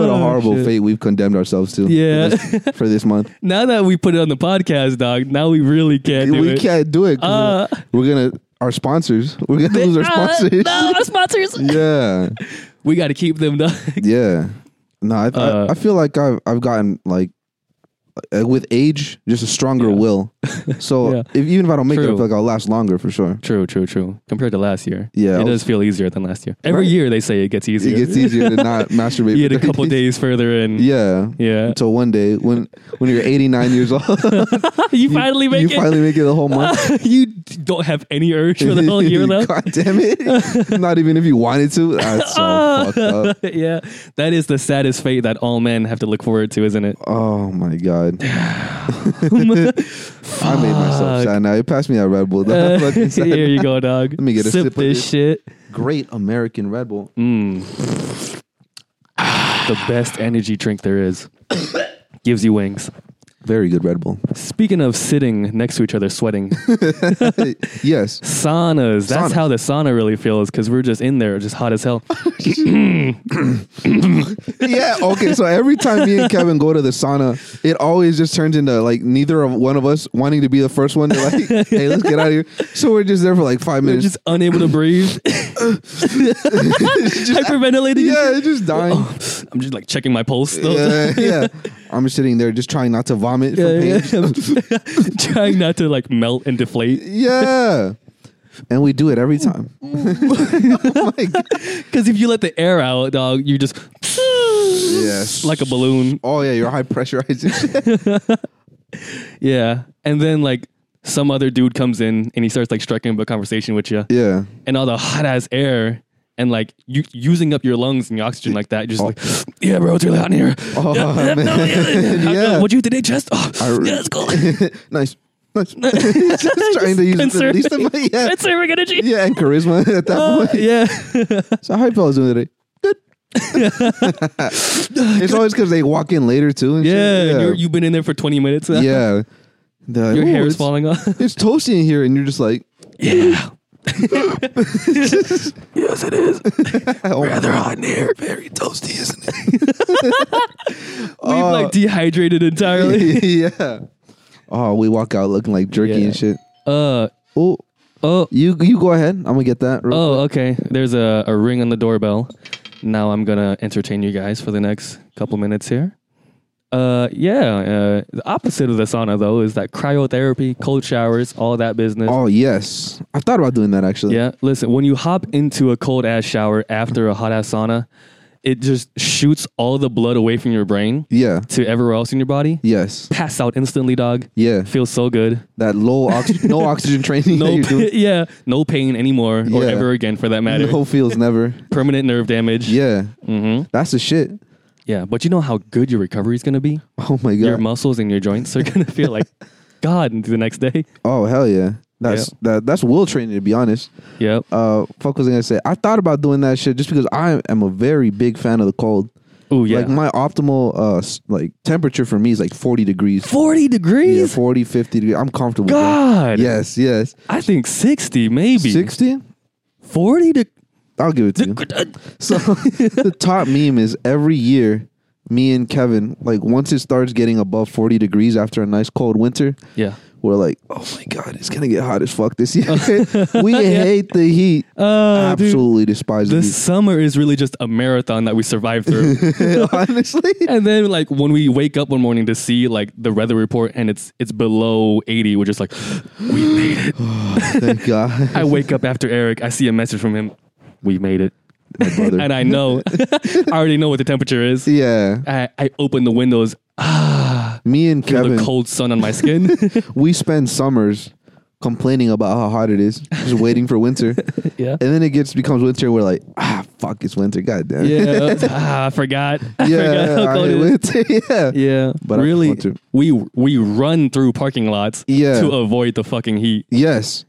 Speaker 1: *laughs* what a horrible
Speaker 2: shit.
Speaker 1: fate we've condemned ourselves to.
Speaker 2: Yeah.
Speaker 1: for this, for this month,
Speaker 2: Now that we put it on the podcast, dog, now we really can't *laughs* do
Speaker 1: we
Speaker 2: it.
Speaker 1: can't do it. 'cause
Speaker 2: Uh.
Speaker 1: we're gonna our sponsors. We're gonna lose our
Speaker 2: Ah,
Speaker 1: sponsors.
Speaker 2: no, our sponsors.
Speaker 1: *laughs* yeah,
Speaker 2: We got to keep them, dog.
Speaker 1: yeah. No, I,
Speaker 2: Uh.
Speaker 1: I I feel like I've I've gotten like uh, with age just a stronger
Speaker 2: *laughs*
Speaker 1: will. So
Speaker 2: Yeah.
Speaker 1: if, even if I don't make it, I
Speaker 2: True.
Speaker 1: feel like I'll last longer for sure.
Speaker 2: True, true, true. Compared to last year,
Speaker 1: Yeah,
Speaker 2: it
Speaker 1: I
Speaker 2: does
Speaker 1: was-
Speaker 2: feel easier than last year. Every
Speaker 1: Right.
Speaker 2: year they say it gets easier.
Speaker 1: It gets easier to not masturbate.
Speaker 2: *laughs* you
Speaker 1: for
Speaker 2: get a
Speaker 1: 30
Speaker 2: couple
Speaker 1: *laughs*
Speaker 2: days further in.
Speaker 1: Yeah.
Speaker 2: Yeah.
Speaker 1: Until one day when when you're 89 years old,
Speaker 2: *laughs* you finally make
Speaker 1: you
Speaker 2: it.
Speaker 1: finally make it the whole month.
Speaker 2: *laughs* you don't have any urge for the
Speaker 1: *laughs*
Speaker 2: whole year though.
Speaker 1: God damn it! Not even if you wanted to. That's so
Speaker 2: *laughs*
Speaker 1: fucked up.
Speaker 2: *laughs* yeah, that is the saddest fate that all men have to look forward to, isn't
Speaker 1: *laughs*
Speaker 2: it? *laughs*
Speaker 1: Oh my god! I made myself sad. Now you passed me that Red Bull. *laughs*
Speaker 2: Uh, *laughs*
Speaker 1: That fucking sad.
Speaker 2: here you go, dog.
Speaker 1: me get a
Speaker 2: sip
Speaker 1: sip of
Speaker 2: this
Speaker 1: this.
Speaker 2: shit. Mm.
Speaker 1: Great American Red Bull.
Speaker 2: The best energy drink there is. *coughs* Gives you wings.
Speaker 1: Very good Red Bull.
Speaker 2: Speaking of sitting next to each other, sweating
Speaker 1: yes.
Speaker 2: saunas.
Speaker 1: Saunas.
Speaker 2: That's how the sauna really feels because we're just in there, just hot as hell.
Speaker 1: Yeah. Okay. So every time me and Kevin go to the sauna, it always just turns into like neither of one of us wanting to be the first one to
Speaker 2: *laughs*
Speaker 1: like, hey, let's get out of here. So *laughs* we're just there for like five
Speaker 2: We're
Speaker 1: minutes.
Speaker 2: just unable to *laughs* breathe,
Speaker 1: *laughs*
Speaker 2: hyperventilating. Oh,
Speaker 1: yeah, it's just dying.
Speaker 2: I'm just like checking my pulse. Still.
Speaker 1: Yeah, yeah. I'm just sitting there just trying not to vomit from pain.
Speaker 2: *laughs* yeah, yeah. *laughs* trying not to like melt and deflate
Speaker 1: Yeah. And we do it every
Speaker 2: *laughs*
Speaker 1: time. *laughs* oh my God.
Speaker 2: because if you let the air out dog you just
Speaker 1: Yeah, Yes.
Speaker 2: like a balloon.
Speaker 1: Oh yeah, you're high pressurized. *laughs* and shit.
Speaker 2: Yeah. And then like some other dude comes in and he starts like striking up a conversation with you
Speaker 1: yeah.
Speaker 2: and all the hot ass air and like you using up your lungs and your oxygen like that. Just like, yeah, bro, it's really hot in here.
Speaker 1: Oh
Speaker 2: Yeah,
Speaker 1: man.
Speaker 2: no, yeah. How-
Speaker 1: *laughs* Yeah.
Speaker 2: What you did today, chest? Oh,
Speaker 1: re-
Speaker 2: yeah, let's *laughs* go.
Speaker 1: *laughs* nice. Nice.
Speaker 2: *laughs*
Speaker 1: Just trying to use the
Speaker 2: Spencer.
Speaker 1: least amount. Yeah.
Speaker 2: That's our energy.
Speaker 1: Yeah, and charisma *laughs* at that
Speaker 2: Uh,
Speaker 1: point.
Speaker 2: yeah.
Speaker 1: So how you fellas doing today?
Speaker 2: *laughs*
Speaker 1: Good. *laughs* it's always because they walk in later too. And shit.
Speaker 2: Yeah, and
Speaker 1: Yeah.
Speaker 2: You're, you've been in there for 20 minutes.
Speaker 1: yeah. They're like,
Speaker 2: *laughs*
Speaker 1: "Ooh,
Speaker 2: Your hair
Speaker 1: it's-
Speaker 2: is falling off.
Speaker 1: It's toasty in here, and you're just like, *laughs*
Speaker 2: *laughs* Yeah. yes, it is. Rather hot in here. Very toasty, isn't Oh. it? *laughs* We've like dehydrated entirely. *laughs*
Speaker 1: yeah. Oh, we walk out looking like jerky
Speaker 2: Yeah.
Speaker 1: and shit.
Speaker 2: uh,
Speaker 1: Oh,
Speaker 2: oh,
Speaker 1: you you go ahead. I'm gonna get that. real-
Speaker 2: oh, okay. There's a, a ring on the doorbell. Now I'm going to entertain you guys for the next couple minutes here. Uh, yeah. Uh, the opposite of the sauna, though, is that cryotherapy, cold showers, all that business.
Speaker 1: Oh yes, I thought about doing that actually.
Speaker 2: Yeah, listen, when you hop into a cold ass shower after a hot ass sauna, it just shoots all the blood away from your brain
Speaker 1: Yeah.
Speaker 2: to everywhere else in your body.
Speaker 1: Yes.
Speaker 2: Pass out instantly, dog.
Speaker 1: Yeah.
Speaker 2: Feels so good.
Speaker 1: That low oxygen,
Speaker 2: *laughs*
Speaker 1: no oxygen training that
Speaker 2: No,
Speaker 1: you're doing.
Speaker 2: *laughs* yeah, no pain anymore or
Speaker 1: Yeah.
Speaker 2: ever again for that matter.
Speaker 1: No feels never.
Speaker 2: Permanent nerve damage.
Speaker 1: Yeah.
Speaker 2: hmm
Speaker 1: That's the shit. *laughs*
Speaker 2: yeah. But you know how good your recovery is gonna be.
Speaker 1: Oh my
Speaker 2: Your
Speaker 1: god.
Speaker 2: muscles and your joints are gonna
Speaker 1: *laughs*
Speaker 2: feel like God the next day.
Speaker 1: oh hell yeah. That's that. That's will training to be honest.
Speaker 2: Yep.
Speaker 1: Uh, fuck was I gonna say? I thought about doing that shit just because I am a very big fan of the cold.
Speaker 2: Oh yeah.
Speaker 1: Like my optimal uh s- like temperature for me is like 40 degrees.
Speaker 2: Forty
Speaker 1: Yeah,
Speaker 2: degrees.
Speaker 1: 40, 50 degrees. I'm comfortable. bro.
Speaker 2: God.
Speaker 1: Yes, yes.
Speaker 2: I think sixty, maybe
Speaker 1: 60?
Speaker 2: forty uh, to.
Speaker 1: I'll give it to you.
Speaker 2: *laughs*
Speaker 1: So *laughs* the top meme is every year, me and Kevin, like once it starts getting above 40 degrees after a nice cold winter,
Speaker 2: Yeah.
Speaker 1: we're like, oh my God, it's going to get hot as fuck this
Speaker 2: *laughs*
Speaker 1: year. *laughs* we hate the heat.
Speaker 2: Uh, dude,
Speaker 1: Absolutely despise
Speaker 2: the summer is really just a marathon that we survive
Speaker 1: *laughs*
Speaker 2: through.
Speaker 1: the heat.
Speaker 2: *laughs*
Speaker 1: Honestly.
Speaker 2: and then like when we wake up one morning to see like the weather report and it's it's below 80, we're just like we made it.
Speaker 1: Thank God.
Speaker 2: I wake up after Eric, I see a message from him, we made it.
Speaker 1: My
Speaker 2: *laughs*
Speaker 1: brother.
Speaker 2: And I know I already know what the temperature is.
Speaker 1: yeah.
Speaker 2: I, I open the windows,
Speaker 1: Me and
Speaker 2: feel
Speaker 1: Kevin,
Speaker 2: the cold sun on
Speaker 1: *laughs*
Speaker 2: my skin.
Speaker 1: we spend summers complaining about how hot it is, just waiting for winter.
Speaker 2: *laughs* yeah.
Speaker 1: And then it gets becomes winter. We're like, ah, fuck, it's winter. God damn.
Speaker 2: Yeah. ah, I forgot.
Speaker 1: *laughs*
Speaker 2: I
Speaker 1: yeah,
Speaker 2: *laughs* forgot how
Speaker 1: I
Speaker 2: cold
Speaker 1: hate
Speaker 2: it is.
Speaker 1: winter. *laughs* yeah.
Speaker 2: Yeah,
Speaker 1: But I
Speaker 2: really,
Speaker 1: want to.
Speaker 2: we we run through parking lots
Speaker 1: Yeah.
Speaker 2: to avoid the fucking heat.
Speaker 1: Yes,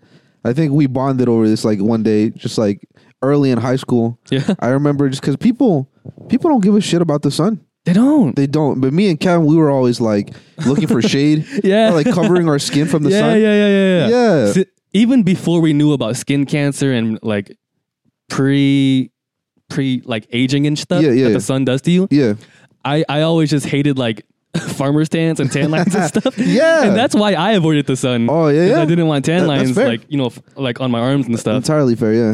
Speaker 1: I think we bonded over this like one day, just like early in high school.
Speaker 2: Yeah,
Speaker 1: I remember just because people people don't give a shit about the sun.
Speaker 2: they don't.
Speaker 1: They don't. But me and Kevin, we were always like looking
Speaker 2: *laughs*
Speaker 1: for shade.
Speaker 2: Yeah.
Speaker 1: or, like covering our skin from the
Speaker 2: yeah,
Speaker 1: sun.
Speaker 2: yeah, yeah, yeah, yeah.
Speaker 1: Yeah.
Speaker 2: Si- even before we knew about skin cancer and like pre pre like aging and stuff
Speaker 1: Yeah, yeah,
Speaker 2: that
Speaker 1: yeah.
Speaker 2: the sun does to you,
Speaker 1: Yeah.
Speaker 2: I I always just hated like *laughs* farmers tans and
Speaker 1: *laughs*
Speaker 2: tan lines and stuff.
Speaker 1: Yeah.
Speaker 2: and that's why I avoided the sun.
Speaker 1: Oh, yeah,
Speaker 2: 'cause
Speaker 1: yeah.
Speaker 2: I didn't want tan
Speaker 1: That- that's
Speaker 2: lines
Speaker 1: fair.
Speaker 2: like you know f- like on my arms and stuff.
Speaker 1: Entirely fair. Yeah.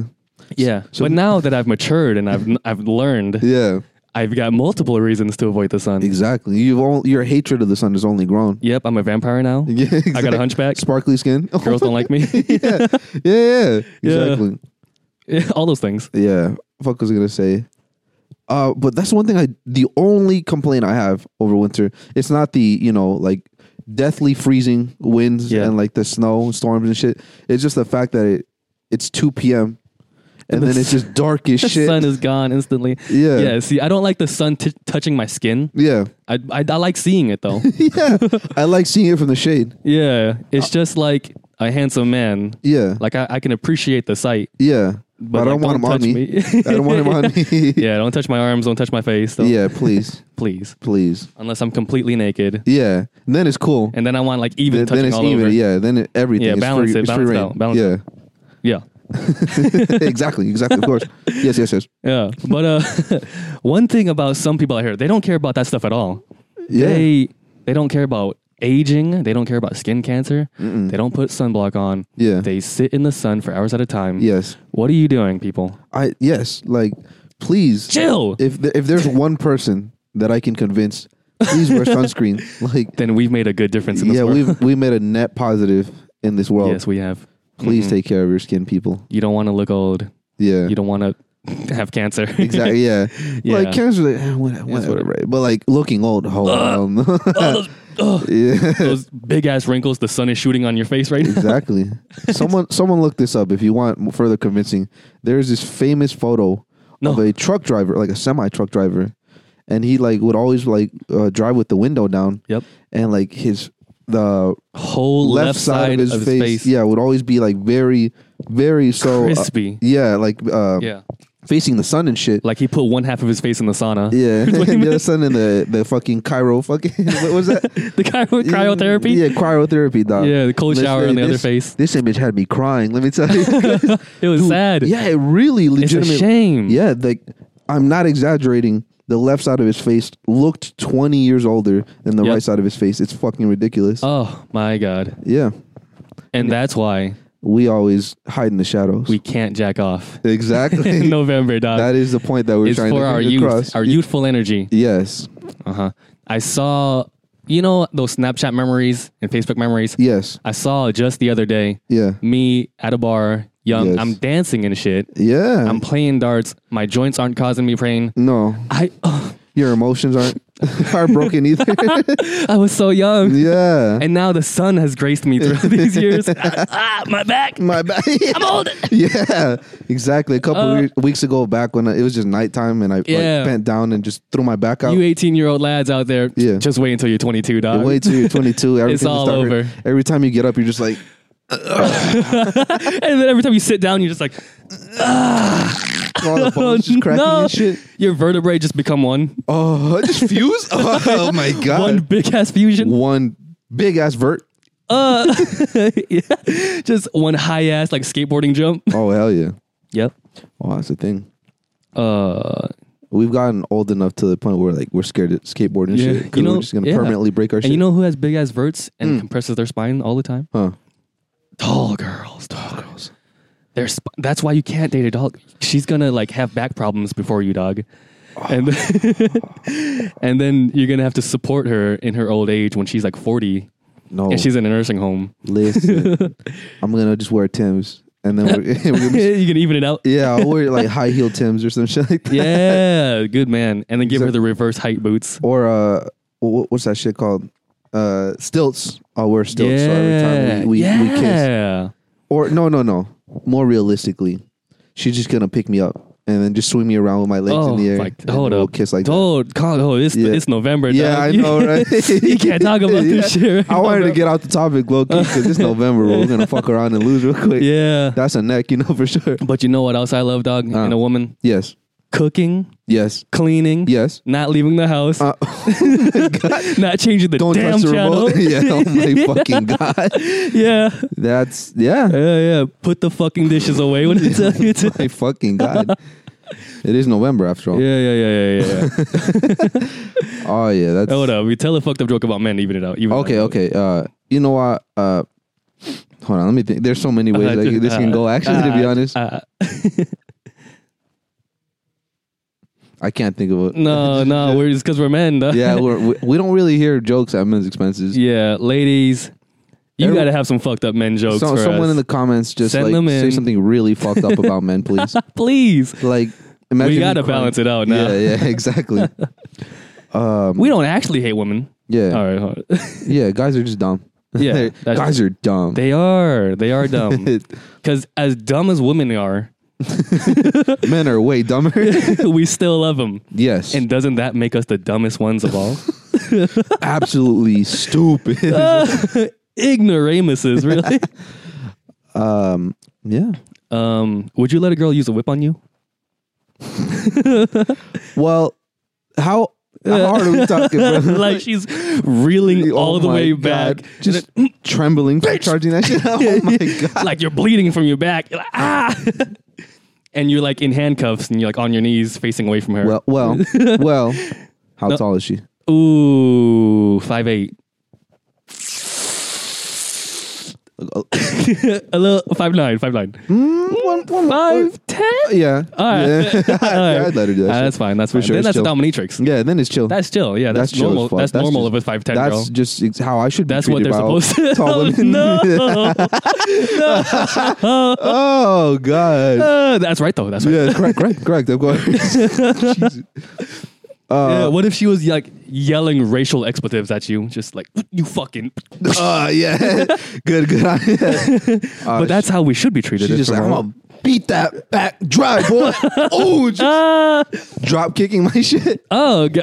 Speaker 2: Yeah, but now that I've matured and I've I've learned.
Speaker 1: Yeah.
Speaker 2: I've got multiple reasons to avoid the sun.
Speaker 1: Exactly. You've only, your hatred of the sun has only grown. *laughs*
Speaker 2: Yep, I'm a vampire now.
Speaker 1: Yeah.
Speaker 2: I
Speaker 1: exactly.
Speaker 2: got a
Speaker 1: *laughs*
Speaker 2: hunchback.
Speaker 1: Sparkly skin.
Speaker 2: Girls don't like
Speaker 1: *laughs*
Speaker 2: me. *laughs*
Speaker 1: yeah. yeah. Yeah. Exactly.
Speaker 2: Yeah, All those things.
Speaker 1: Yeah, fuck was I gonna say. Uh, but that's one thing I the only complaint I have over winter. It's not the you know like deathly freezing winds
Speaker 2: Yeah.
Speaker 1: and like the snow and storms and shit. It's just the fact that it it's two p.m. and
Speaker 2: the
Speaker 1: then it's
Speaker 2: *laughs*
Speaker 1: just dark as
Speaker 2: The
Speaker 1: shit.
Speaker 2: sun is gone instantly.
Speaker 1: Yeah.
Speaker 2: Yeah. See, I don't like the sun t- touching my skin. *laughs*
Speaker 1: yeah,
Speaker 2: I, I I like seeing it
Speaker 1: *laughs*
Speaker 2: though.
Speaker 1: yeah. I like seeing it from the shade.
Speaker 2: yeah. It's just like a handsome man.
Speaker 1: Yeah,
Speaker 2: Like I, I can appreciate the sight.
Speaker 1: yeah.
Speaker 2: But,
Speaker 1: I don't want
Speaker 2: like,
Speaker 1: him on
Speaker 2: touch
Speaker 1: me. *laughs* I don't want him on me.
Speaker 2: *laughs*
Speaker 1: *laughs*
Speaker 2: yeah. Don't touch my arms. Don't touch my face. Don't,
Speaker 1: yeah, please,
Speaker 2: Please.
Speaker 1: please.
Speaker 2: Unless I'm completely naked.
Speaker 1: Yeah, and then it's cool.
Speaker 2: And then I want like even
Speaker 1: Then-
Speaker 2: touching
Speaker 1: then it's
Speaker 2: all
Speaker 1: even.
Speaker 2: over.
Speaker 1: Yeah, then it, everything.
Speaker 2: Yeah,
Speaker 1: is
Speaker 2: balance
Speaker 1: free,
Speaker 2: it,
Speaker 1: it's free reign.
Speaker 2: balance it out, balance it
Speaker 1: yeah.
Speaker 2: Yeah.
Speaker 1: exactly, exactly. Of course. Yes, yes, yes.
Speaker 2: Yeah. But uh, *laughs* one thing about some people out here, they don't care about that stuff at all.
Speaker 1: Yeah.
Speaker 2: They they don't care about aging. They don't care about skin cancer. They don't put sunblock on.
Speaker 1: Yeah.
Speaker 2: They sit in the sun for hours at a time.
Speaker 1: yes.
Speaker 2: What are you doing, people?
Speaker 1: I yes. Like, please.
Speaker 2: Chill.
Speaker 1: If th- if there's one person that I can convince, please wear
Speaker 2: *laughs*
Speaker 1: sunscreen. Like,
Speaker 2: then we've made a good difference in this
Speaker 1: yeah,
Speaker 2: world.
Speaker 1: we've we made a net positive in this world.
Speaker 2: yes, we have.
Speaker 1: please take care of your skin, people.
Speaker 2: You don't want to look old.
Speaker 1: Yeah.
Speaker 2: You don't want to *laughs* have cancer.
Speaker 1: *laughs* Exactly. Yeah.
Speaker 2: Yeah.
Speaker 1: Like cancer, like, eh, what- whatever. right? But like looking old, hold on. *laughs* yeah.
Speaker 2: *laughs* Those big ass wrinkles, the sun is shooting on your face right now. *laughs*
Speaker 1: Exactly. someone, someone look this up if you want further convincing. There's this famous photo
Speaker 2: No.
Speaker 1: of a truck driver, like a semi truck driver, and he like would always like uh, drive with the window down.
Speaker 2: Yep.
Speaker 1: And like his the
Speaker 2: Whole left, side, of his, face,
Speaker 1: yeah, would always be like very, very so uh,
Speaker 2: crispy.
Speaker 1: yeah, like uh,
Speaker 2: yeah.
Speaker 1: facing the sun and shit.
Speaker 2: Like he put one half of his face in the sauna. *laughs*
Speaker 1: yeah, *laughs*
Speaker 2: What do you
Speaker 1: the other sun in the the fucking Cairo fucking *laughs* what was that?
Speaker 2: The cryo- cryotherapy?
Speaker 1: Yeah, cryotherapy, dog.
Speaker 2: Yeah, the cold
Speaker 1: Let's
Speaker 2: shower
Speaker 1: say
Speaker 2: on the other
Speaker 1: this-
Speaker 2: face.
Speaker 1: This image had me crying. Let me tell you.
Speaker 2: It was
Speaker 1: Dude,
Speaker 2: sad.
Speaker 1: Yeah, it really
Speaker 2: It's a
Speaker 1: legitimately.
Speaker 2: shame.
Speaker 1: Yeah, like I'm not exaggerating. The left side of his face looked 20 years older than the
Speaker 2: Yep.
Speaker 1: right side of his face. It's fucking ridiculous.
Speaker 2: Oh my god.
Speaker 1: yeah,
Speaker 2: And that's why
Speaker 1: we always hide in the shadows.
Speaker 2: we can't jack off
Speaker 1: *laughs* exactly.
Speaker 2: *laughs* in November, dog.
Speaker 1: that is the point that we're
Speaker 2: it's
Speaker 1: trying
Speaker 2: for
Speaker 1: to
Speaker 2: our
Speaker 1: bring
Speaker 2: youth,
Speaker 1: across.
Speaker 2: our youthful energy.
Speaker 1: yes,
Speaker 2: Uh huh. I saw, you know, those Snapchat memories and Facebook memories.
Speaker 1: yes,
Speaker 2: I saw just the other day
Speaker 1: yeah,
Speaker 2: me at a bar, young.
Speaker 1: Yes.
Speaker 2: I'm dancing and shit.
Speaker 1: yeah.
Speaker 2: I'm playing darts. My joints aren't causing me pain.
Speaker 1: no,
Speaker 2: I oh,
Speaker 1: your emotions aren't *laughs* aren't broken
Speaker 2: *laughs*
Speaker 1: either.
Speaker 2: I was so young,
Speaker 1: yeah,
Speaker 2: and now the sun has graced me
Speaker 1: *laughs*
Speaker 2: through these years. *laughs* ah, my back.
Speaker 1: my
Speaker 2: *laughs*
Speaker 1: bad.
Speaker 2: I'm old.
Speaker 1: *laughs* yeah, exactly. A couple
Speaker 2: Uh,
Speaker 1: of weeks ago, back when I, it was just nighttime and I
Speaker 2: Yeah.
Speaker 1: like, bent down and just threw my back out.
Speaker 2: You 18 year old lads out there,
Speaker 1: Yeah.
Speaker 2: just wait until you're 22, dog.
Speaker 1: Wait
Speaker 2: *laughs*
Speaker 1: till you're 22. Everything just
Speaker 2: all
Speaker 1: start-
Speaker 2: over.
Speaker 1: Every time you get up, you're just
Speaker 2: *laughs*
Speaker 1: like,
Speaker 2: and then every time you sit down, you're just like,
Speaker 1: all "Oh, the bones just cracking
Speaker 2: Oh, no.
Speaker 1: and
Speaker 2: *laughs*
Speaker 1: shit.
Speaker 2: Your vertebrae just become one,
Speaker 1: Oh, just
Speaker 2: *laughs*
Speaker 1: fuse. Oh my god.
Speaker 2: one
Speaker 1: One,
Speaker 2: big ass fusion.
Speaker 1: big ass vert.
Speaker 2: Uh, *laughs* yeah. just one high ass like skateboarding
Speaker 1: *laughs*
Speaker 2: jump.
Speaker 1: Oh hell yeah.
Speaker 2: Yep.
Speaker 1: Oh, that's the thing.
Speaker 2: Uh,
Speaker 1: We've gotten old enough to the point where like we're scared to skateboard and
Speaker 2: Yeah.
Speaker 1: shit because
Speaker 2: You know-
Speaker 1: we're just gonna
Speaker 2: yeah.
Speaker 1: permanently break our
Speaker 2: and
Speaker 1: shit. Hmm.
Speaker 2: you know who has big ass verts and compresses their spine all the time?
Speaker 1: huh?
Speaker 2: Tall girls. Tall girls. Their sp- that's why you can't date a dog. She's gonna like have back problems before you, dog.
Speaker 1: Oh.
Speaker 2: And *laughs* and then you're gonna have to support her in her old age when she's like 40
Speaker 1: No,
Speaker 2: and she's in a nursing home. *laughs*
Speaker 1: listen. I'm gonna just wear Tim's and then we're, *laughs* we're gonna be,
Speaker 2: *laughs* you can even it out.
Speaker 1: yeah, I'll wear like high heel Tim's or some *laughs* shit like that.
Speaker 2: Yeah, good man. And then give her
Speaker 1: Exact-
Speaker 2: the reverse height boots.
Speaker 1: Or uh, wh- what's that shit called? Uh, stilts. I'll wear stilts so every time we, we, we kiss.
Speaker 2: yeah.
Speaker 1: Or no, no, no. More realistically, she's just gonna pick me up and then just swing me around with my legs in the air.
Speaker 2: Oh, Like,
Speaker 1: and
Speaker 2: hold
Speaker 1: we'll
Speaker 2: up.
Speaker 1: kiss like that.
Speaker 2: Dude, Con- oh, it's,
Speaker 1: Yeah.
Speaker 2: it's November.
Speaker 1: Yeah, I
Speaker 2: dog. *laughs*
Speaker 1: know, right?
Speaker 2: you can't talk about
Speaker 1: *laughs*
Speaker 2: this
Speaker 1: Yeah.
Speaker 2: shit. right
Speaker 1: I
Speaker 2: now,
Speaker 1: wanted to
Speaker 2: bro.
Speaker 1: get out the topic, low key, because
Speaker 2: *laughs*
Speaker 1: it's November. We're gonna fuck around and lose real quick.
Speaker 2: Yeah.
Speaker 1: That's a neck, you know for sure.
Speaker 2: but you know what else I love, dog? In a woman?
Speaker 1: Yes,
Speaker 2: Cooking,
Speaker 1: yes,
Speaker 2: cleaning,
Speaker 1: yes.
Speaker 2: not leaving the house, *laughs*
Speaker 1: Uh, *laughs*
Speaker 2: not changing the
Speaker 1: don't
Speaker 2: damn
Speaker 1: touch the
Speaker 2: channel.
Speaker 1: remote. *laughs* yeah, oh
Speaker 2: *laughs*
Speaker 1: my fucking god.
Speaker 2: yeah.
Speaker 1: That's yeah,
Speaker 2: Yeah, yeah. Put the fucking dishes away when I
Speaker 1: *laughs*
Speaker 2: *laughs* tell you to.
Speaker 1: my fucking
Speaker 2: *laughs*
Speaker 1: god. It is November after all.
Speaker 2: Yeah, yeah, yeah, yeah, yeah, yeah.
Speaker 1: Oh yeah, that's
Speaker 2: Hold up. We tell a fucked up joke about men, even it out. Even it
Speaker 1: Okay,
Speaker 2: out.
Speaker 1: okay. Uh, you know what? Uh, hold on. Let me think. There's so many
Speaker 2: *laughs*
Speaker 1: ways like, this can go. Actually, to be honest,
Speaker 2: Uh,
Speaker 1: I can't think of it. *laughs*
Speaker 2: no, no, we're just because we're men. Dog.
Speaker 1: yeah, we're, we we don't really hear jokes at men's expenses.
Speaker 2: *laughs* Yeah, ladies, you
Speaker 1: Every-
Speaker 2: gotta have some fucked up men jokes
Speaker 1: So,
Speaker 2: for
Speaker 1: someone
Speaker 2: us. *laughs*
Speaker 1: in the comments just
Speaker 2: Send
Speaker 1: like
Speaker 2: them
Speaker 1: say
Speaker 2: in.
Speaker 1: something really fucked up about men,
Speaker 2: *laughs*
Speaker 1: please.
Speaker 2: Ah, Please,
Speaker 1: Like, imagine me
Speaker 2: we gotta
Speaker 1: crying.
Speaker 2: balance it out now.
Speaker 1: Yeah, *laughs* yeah,
Speaker 2: *laughs*
Speaker 1: exactly. um,
Speaker 2: We don't actually hate women.
Speaker 1: yeah,
Speaker 2: All right, all right.
Speaker 1: yeah. Guys are just dumb. *laughs*
Speaker 2: Yeah,
Speaker 1: They're-
Speaker 2: that's-
Speaker 1: guys are dumb.
Speaker 2: *laughs* they are, they
Speaker 1: *laughs*
Speaker 2: are dumb. Because as dumb as women are, *laughs*
Speaker 1: men are way dumber.
Speaker 2: we still love them.
Speaker 1: yes,
Speaker 2: And doesn't that make us the dumbest ones of
Speaker 1: *laughs*
Speaker 2: all?
Speaker 1: absolutely stupid. *laughs*
Speaker 2: Ignoramuses, really.
Speaker 1: um, *laughs* yeah.
Speaker 2: um, would you let a girl use a whip
Speaker 1: *laughs*
Speaker 2: on you? *laughs*
Speaker 1: Well, how how hard are we talking? Bro?
Speaker 2: *laughs* like she's
Speaker 1: *laughs*
Speaker 2: reeling
Speaker 1: Oh
Speaker 2: all the
Speaker 1: my
Speaker 2: way
Speaker 1: God.
Speaker 2: back, and
Speaker 1: just *clears throat* trembling, from charging that shit. *laughs*
Speaker 2: *laughs*
Speaker 1: Oh my god!
Speaker 2: like you're bleeding from your back. You're like, ah! *laughs* and you're like in handcuffs and you're like on your knees facing away from her.
Speaker 1: Well,
Speaker 2: *laughs*
Speaker 1: well, well. How tall is she? *laughs*
Speaker 2: Ooh, five eight.
Speaker 1: uh,
Speaker 2: *laughs* a little five nine, five nine,
Speaker 1: mm, one- one-
Speaker 2: five ten.
Speaker 1: Yeah.
Speaker 2: *laughs* All right.
Speaker 1: Yeah. *laughs*
Speaker 2: All right.
Speaker 1: yeah, I'd let her do that.
Speaker 2: Ah,
Speaker 1: shit.
Speaker 2: that's fine. That's
Speaker 1: For
Speaker 2: fine.
Speaker 1: sure,
Speaker 2: Then
Speaker 1: it's
Speaker 2: that's a
Speaker 1: chill.
Speaker 2: dominatrix.
Speaker 1: yeah, then it's chill.
Speaker 2: That's chill. Yeah, that's,
Speaker 1: That's chill as
Speaker 2: normal.
Speaker 1: fuck.
Speaker 2: That's,
Speaker 1: That's
Speaker 2: normal
Speaker 1: just-
Speaker 2: of a five ten girl.
Speaker 1: That's just ex- how I should. Be
Speaker 2: That's what
Speaker 1: treated
Speaker 2: they're
Speaker 1: by all
Speaker 2: supposed
Speaker 1: *laughs*
Speaker 2: to. *laughs*
Speaker 1: Tall women.
Speaker 2: no,
Speaker 1: *laughs* oh
Speaker 2: *laughs*
Speaker 1: God.
Speaker 2: Uh, that's right though. That's right.
Speaker 1: Yeah, correct, correct, correct. Of
Speaker 2: *laughs*
Speaker 1: course. *laughs* Jesus.
Speaker 2: Yeah,
Speaker 1: Uh,
Speaker 2: what if she was like yelling racial expletives at you, just like you fucking?
Speaker 1: uh, yeah. *laughs* good, good. Uh,
Speaker 2: but that's how we should be treated.
Speaker 1: she's
Speaker 2: if
Speaker 1: just
Speaker 2: we're
Speaker 1: like I'm
Speaker 2: all-
Speaker 1: gonna beat that back dry boy.
Speaker 2: *laughs*
Speaker 1: oh, just
Speaker 2: Ah,
Speaker 1: drop kicking my *laughs* shit.
Speaker 2: *laughs* oh, g-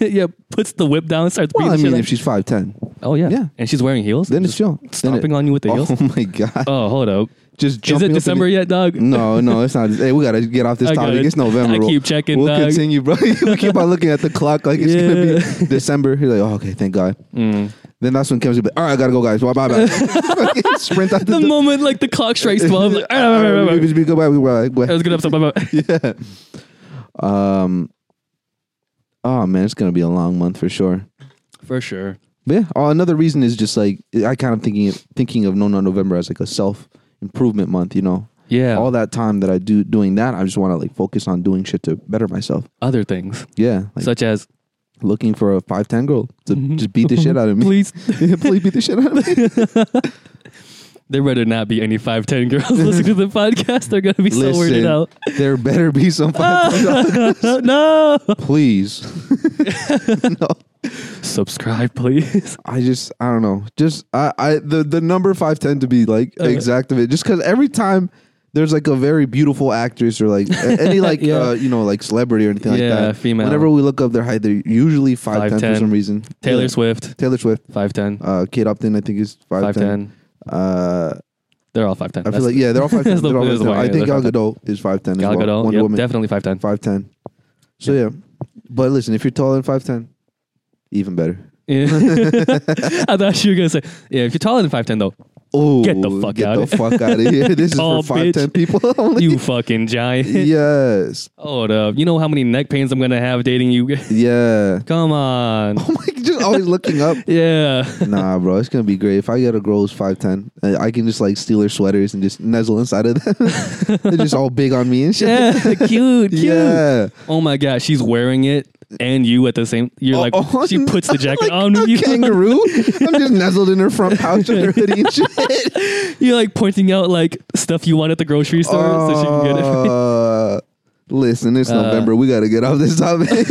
Speaker 2: *laughs* yeah. Puts the whip down, starts
Speaker 1: Well,
Speaker 2: beating.
Speaker 1: I
Speaker 2: shit
Speaker 1: mean,
Speaker 2: up.
Speaker 1: if she's five ten,
Speaker 2: oh yeah,
Speaker 1: yeah.
Speaker 2: And she's wearing heels.
Speaker 1: then it's
Speaker 2: Just
Speaker 1: chill. Then it-
Speaker 2: stomping on you with the heels.
Speaker 1: Oh *laughs* my god.
Speaker 2: Oh, hold up.
Speaker 1: just
Speaker 2: Is
Speaker 1: jumping
Speaker 2: it
Speaker 1: up in
Speaker 2: December
Speaker 1: the-
Speaker 2: yet, dog?
Speaker 1: No, no, it's not. Hey, we gotta get off this
Speaker 2: I got
Speaker 1: topic.
Speaker 2: it.
Speaker 1: It's November.
Speaker 2: I
Speaker 1: bro.
Speaker 2: keep checking,
Speaker 1: We'll
Speaker 2: dog.
Speaker 1: continue, bro. *laughs* we keep on looking at the clock like it's gonna be
Speaker 2: *laughs*
Speaker 1: December. You're like, oh, okay, thank God.
Speaker 2: Mm.
Speaker 1: Then that's when Kim's like, all right, I gotta go, guys. Bye, bye, *laughs*
Speaker 2: *laughs*
Speaker 1: bye. Fucking Sprint out *laughs*
Speaker 2: The
Speaker 1: door.
Speaker 2: moment like the
Speaker 1: *laughs*
Speaker 2: clock strikes
Speaker 1: Yeah,
Speaker 2: twelve, like, *laughs*
Speaker 1: all right, we-
Speaker 2: I
Speaker 1: we- we- goodbye, we- we're like, bye.
Speaker 2: was good episode.
Speaker 1: *laughs*
Speaker 2: bye, bye.
Speaker 1: Yeah. Um. Oh man, it's gonna be a long month for sure.
Speaker 2: For sure.
Speaker 1: But yeah. Oh, another reason is just like I kind of thinking thinking of No No November as like a self improvement month. You know,
Speaker 2: Yeah.
Speaker 1: all that time that I do doing that, I just want to like focus on doing shit to better myself.
Speaker 2: Other things
Speaker 1: Yeah, like
Speaker 2: such as
Speaker 1: looking for a five ten girl to just beat the shit out of me.
Speaker 2: Mm-hmm. *laughs* please,
Speaker 1: Yeah, *laughs* please beat the shit out of me.
Speaker 2: there better not be any five
Speaker 1: *laughs*
Speaker 2: ten girls listening to the podcast. They're gonna *laughs* be so weirded out.
Speaker 1: there better be some *laughs*
Speaker 2: *laughs*
Speaker 1: five ten girls.
Speaker 2: no.
Speaker 1: Please,
Speaker 2: Subscribe, please.
Speaker 1: I just I don't know. Just I I the the number five ten to be like exact of it. Just because every time. There's like a very beautiful actress or like a-
Speaker 2: *laughs*
Speaker 1: any like uh,
Speaker 2: Yeah.
Speaker 1: you know like celebrity or anything
Speaker 2: Yeah,
Speaker 1: like that.
Speaker 2: female.
Speaker 1: Whenever we look up their height, they're usually five ten for
Speaker 2: 5'10".
Speaker 1: some reason.
Speaker 2: Taylor
Speaker 1: Yeah.
Speaker 2: Swift,
Speaker 1: Taylor Swift.
Speaker 2: five ten.
Speaker 1: Uh, Kate Upton, I think, is
Speaker 2: Five
Speaker 1: 5'10.
Speaker 2: ten.
Speaker 1: Uh,
Speaker 2: They're all five ten.
Speaker 1: I feel like, yeah, they're all 5'10.
Speaker 2: *laughs* That's the-
Speaker 1: they're all
Speaker 2: that's the
Speaker 1: 5'10.
Speaker 2: point,
Speaker 1: I
Speaker 2: yeah,
Speaker 1: think
Speaker 2: they're
Speaker 1: Gal Gadot is 5'10. as
Speaker 2: Gal
Speaker 1: well.
Speaker 2: Gadot.
Speaker 1: Wonder
Speaker 2: Yep,
Speaker 1: Woman,
Speaker 2: definitely five ten.
Speaker 1: 5'10. So, yeah. But listen, if you're taller than 5'10, even better.
Speaker 2: *laughs* I thought you were gonna say, yeah. If you're taller than five ten,
Speaker 1: *laughs*
Speaker 2: though,
Speaker 1: Oh,
Speaker 2: Get the fuck
Speaker 1: get
Speaker 2: outta
Speaker 1: the
Speaker 2: here.
Speaker 1: fuck out of
Speaker 2: *laughs*
Speaker 1: here. This is
Speaker 2: Tall
Speaker 1: for 5'10
Speaker 2: bitch.
Speaker 1: people *laughs* only.
Speaker 2: you fucking giant.
Speaker 1: yes.
Speaker 2: *laughs* Hold up. You know how many neck pains I'm gonna have dating you? *laughs*
Speaker 1: Yeah. *laughs*
Speaker 2: Come on.
Speaker 1: Oh my, just always looking
Speaker 2: *laughs*
Speaker 1: up. *laughs*
Speaker 2: Yeah.
Speaker 1: Nah, bro, it's gonna be great. If I get a girl who's five ten, I can just like steal her sweaters and just nuzzle inside of
Speaker 2: *laughs*
Speaker 1: them. They're just all big on me and shit.
Speaker 2: Yeah. *laughs* Cute.
Speaker 1: *laughs*
Speaker 2: Cute.
Speaker 1: yeah.
Speaker 2: Oh my god, she's wearing it and you at the same. You're like
Speaker 1: Oh, *laughs*
Speaker 2: she
Speaker 1: no.
Speaker 2: puts the jacket
Speaker 1: Like
Speaker 2: on
Speaker 1: a
Speaker 2: you. *laughs*
Speaker 1: kangaroo. I'm just nuzzled in her front pouch with her hoodie and shit.
Speaker 2: You're like pointing out like stuff you want at the grocery store so she can get it.
Speaker 1: Uh, Listen, it's
Speaker 2: Uh,
Speaker 1: November. We got to get off this topic.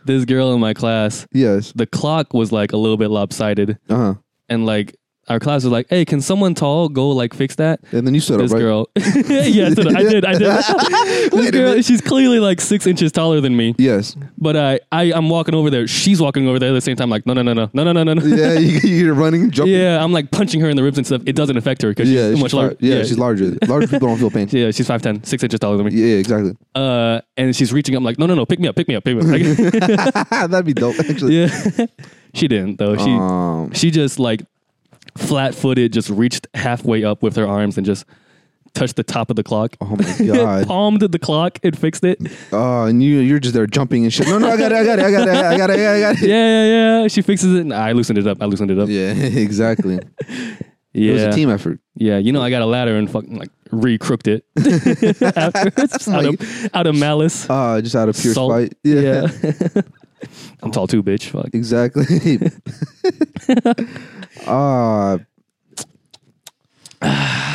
Speaker 2: *laughs*
Speaker 1: *laughs*
Speaker 2: This girl in my class,
Speaker 1: yes.
Speaker 2: the clock was like a little bit lopsided,
Speaker 1: Uh huh.
Speaker 2: and like our class was like, "Hey, can someone tall go like fix that?"
Speaker 1: And then you stood up,
Speaker 2: This
Speaker 1: right?
Speaker 2: girl, *laughs* yeah, so I did,
Speaker 1: *laughs*
Speaker 2: I did. *laughs* this
Speaker 1: Wait a
Speaker 2: girl,
Speaker 1: minute.
Speaker 2: she's clearly like six inches taller than me,
Speaker 1: Yes.
Speaker 2: but I, I, I'm walking over there. She's walking over there at the same time. Like, no, no, no, no, no, no, no, no, no.
Speaker 1: Yeah, *laughs* you, you're running, jumping.
Speaker 2: Yeah, I'm like punching her in the ribs and stuff. It doesn't affect her because
Speaker 1: Yeah,
Speaker 2: she's
Speaker 1: she's
Speaker 2: too much
Speaker 1: lar-
Speaker 2: larger.
Speaker 1: yeah, she's larger. Larger people don't feel pain.
Speaker 2: *laughs* Yeah, she's 5'10", six inches taller than me.
Speaker 1: Yeah, exactly.
Speaker 2: Uh, and she's reaching up, I'm like, no, no, no, pick me up, pick me up, pick me
Speaker 1: *laughs*
Speaker 2: up. *laughs* Like,
Speaker 1: That'd be dope, actually.
Speaker 2: yeah. *laughs* she didn't, though. She,
Speaker 1: Um,
Speaker 2: she just like flat footed, just reached halfway up with her arms and just touched the top of the clock.
Speaker 1: Oh
Speaker 2: *laughs*
Speaker 1: my god!
Speaker 2: Palmed the clock and
Speaker 1: *laughs*
Speaker 2: fixed it. Yeah,
Speaker 1: Oh, and you you're just there jumping and shit. No, no, I got it, I got it, I got it, I got it, I got it.
Speaker 2: yeah, yeah. She fixes it. And I loosened it up. I loosened it up. Yeah.
Speaker 1: *laughs* Yeah, exactly. It was
Speaker 2: Yeah.
Speaker 1: a team effort.
Speaker 2: You know, I got a ladder and fucking like re crooked
Speaker 1: *laughs*
Speaker 2: it *laughs* afterwards. Just out, of, out of malice.
Speaker 1: Uh, just out of pure
Speaker 2: Salt.
Speaker 1: spite. *laughs*
Speaker 2: Yeah. *laughs* I'm tall too, bitch. Fuck.
Speaker 1: Exactly. *laughs* uh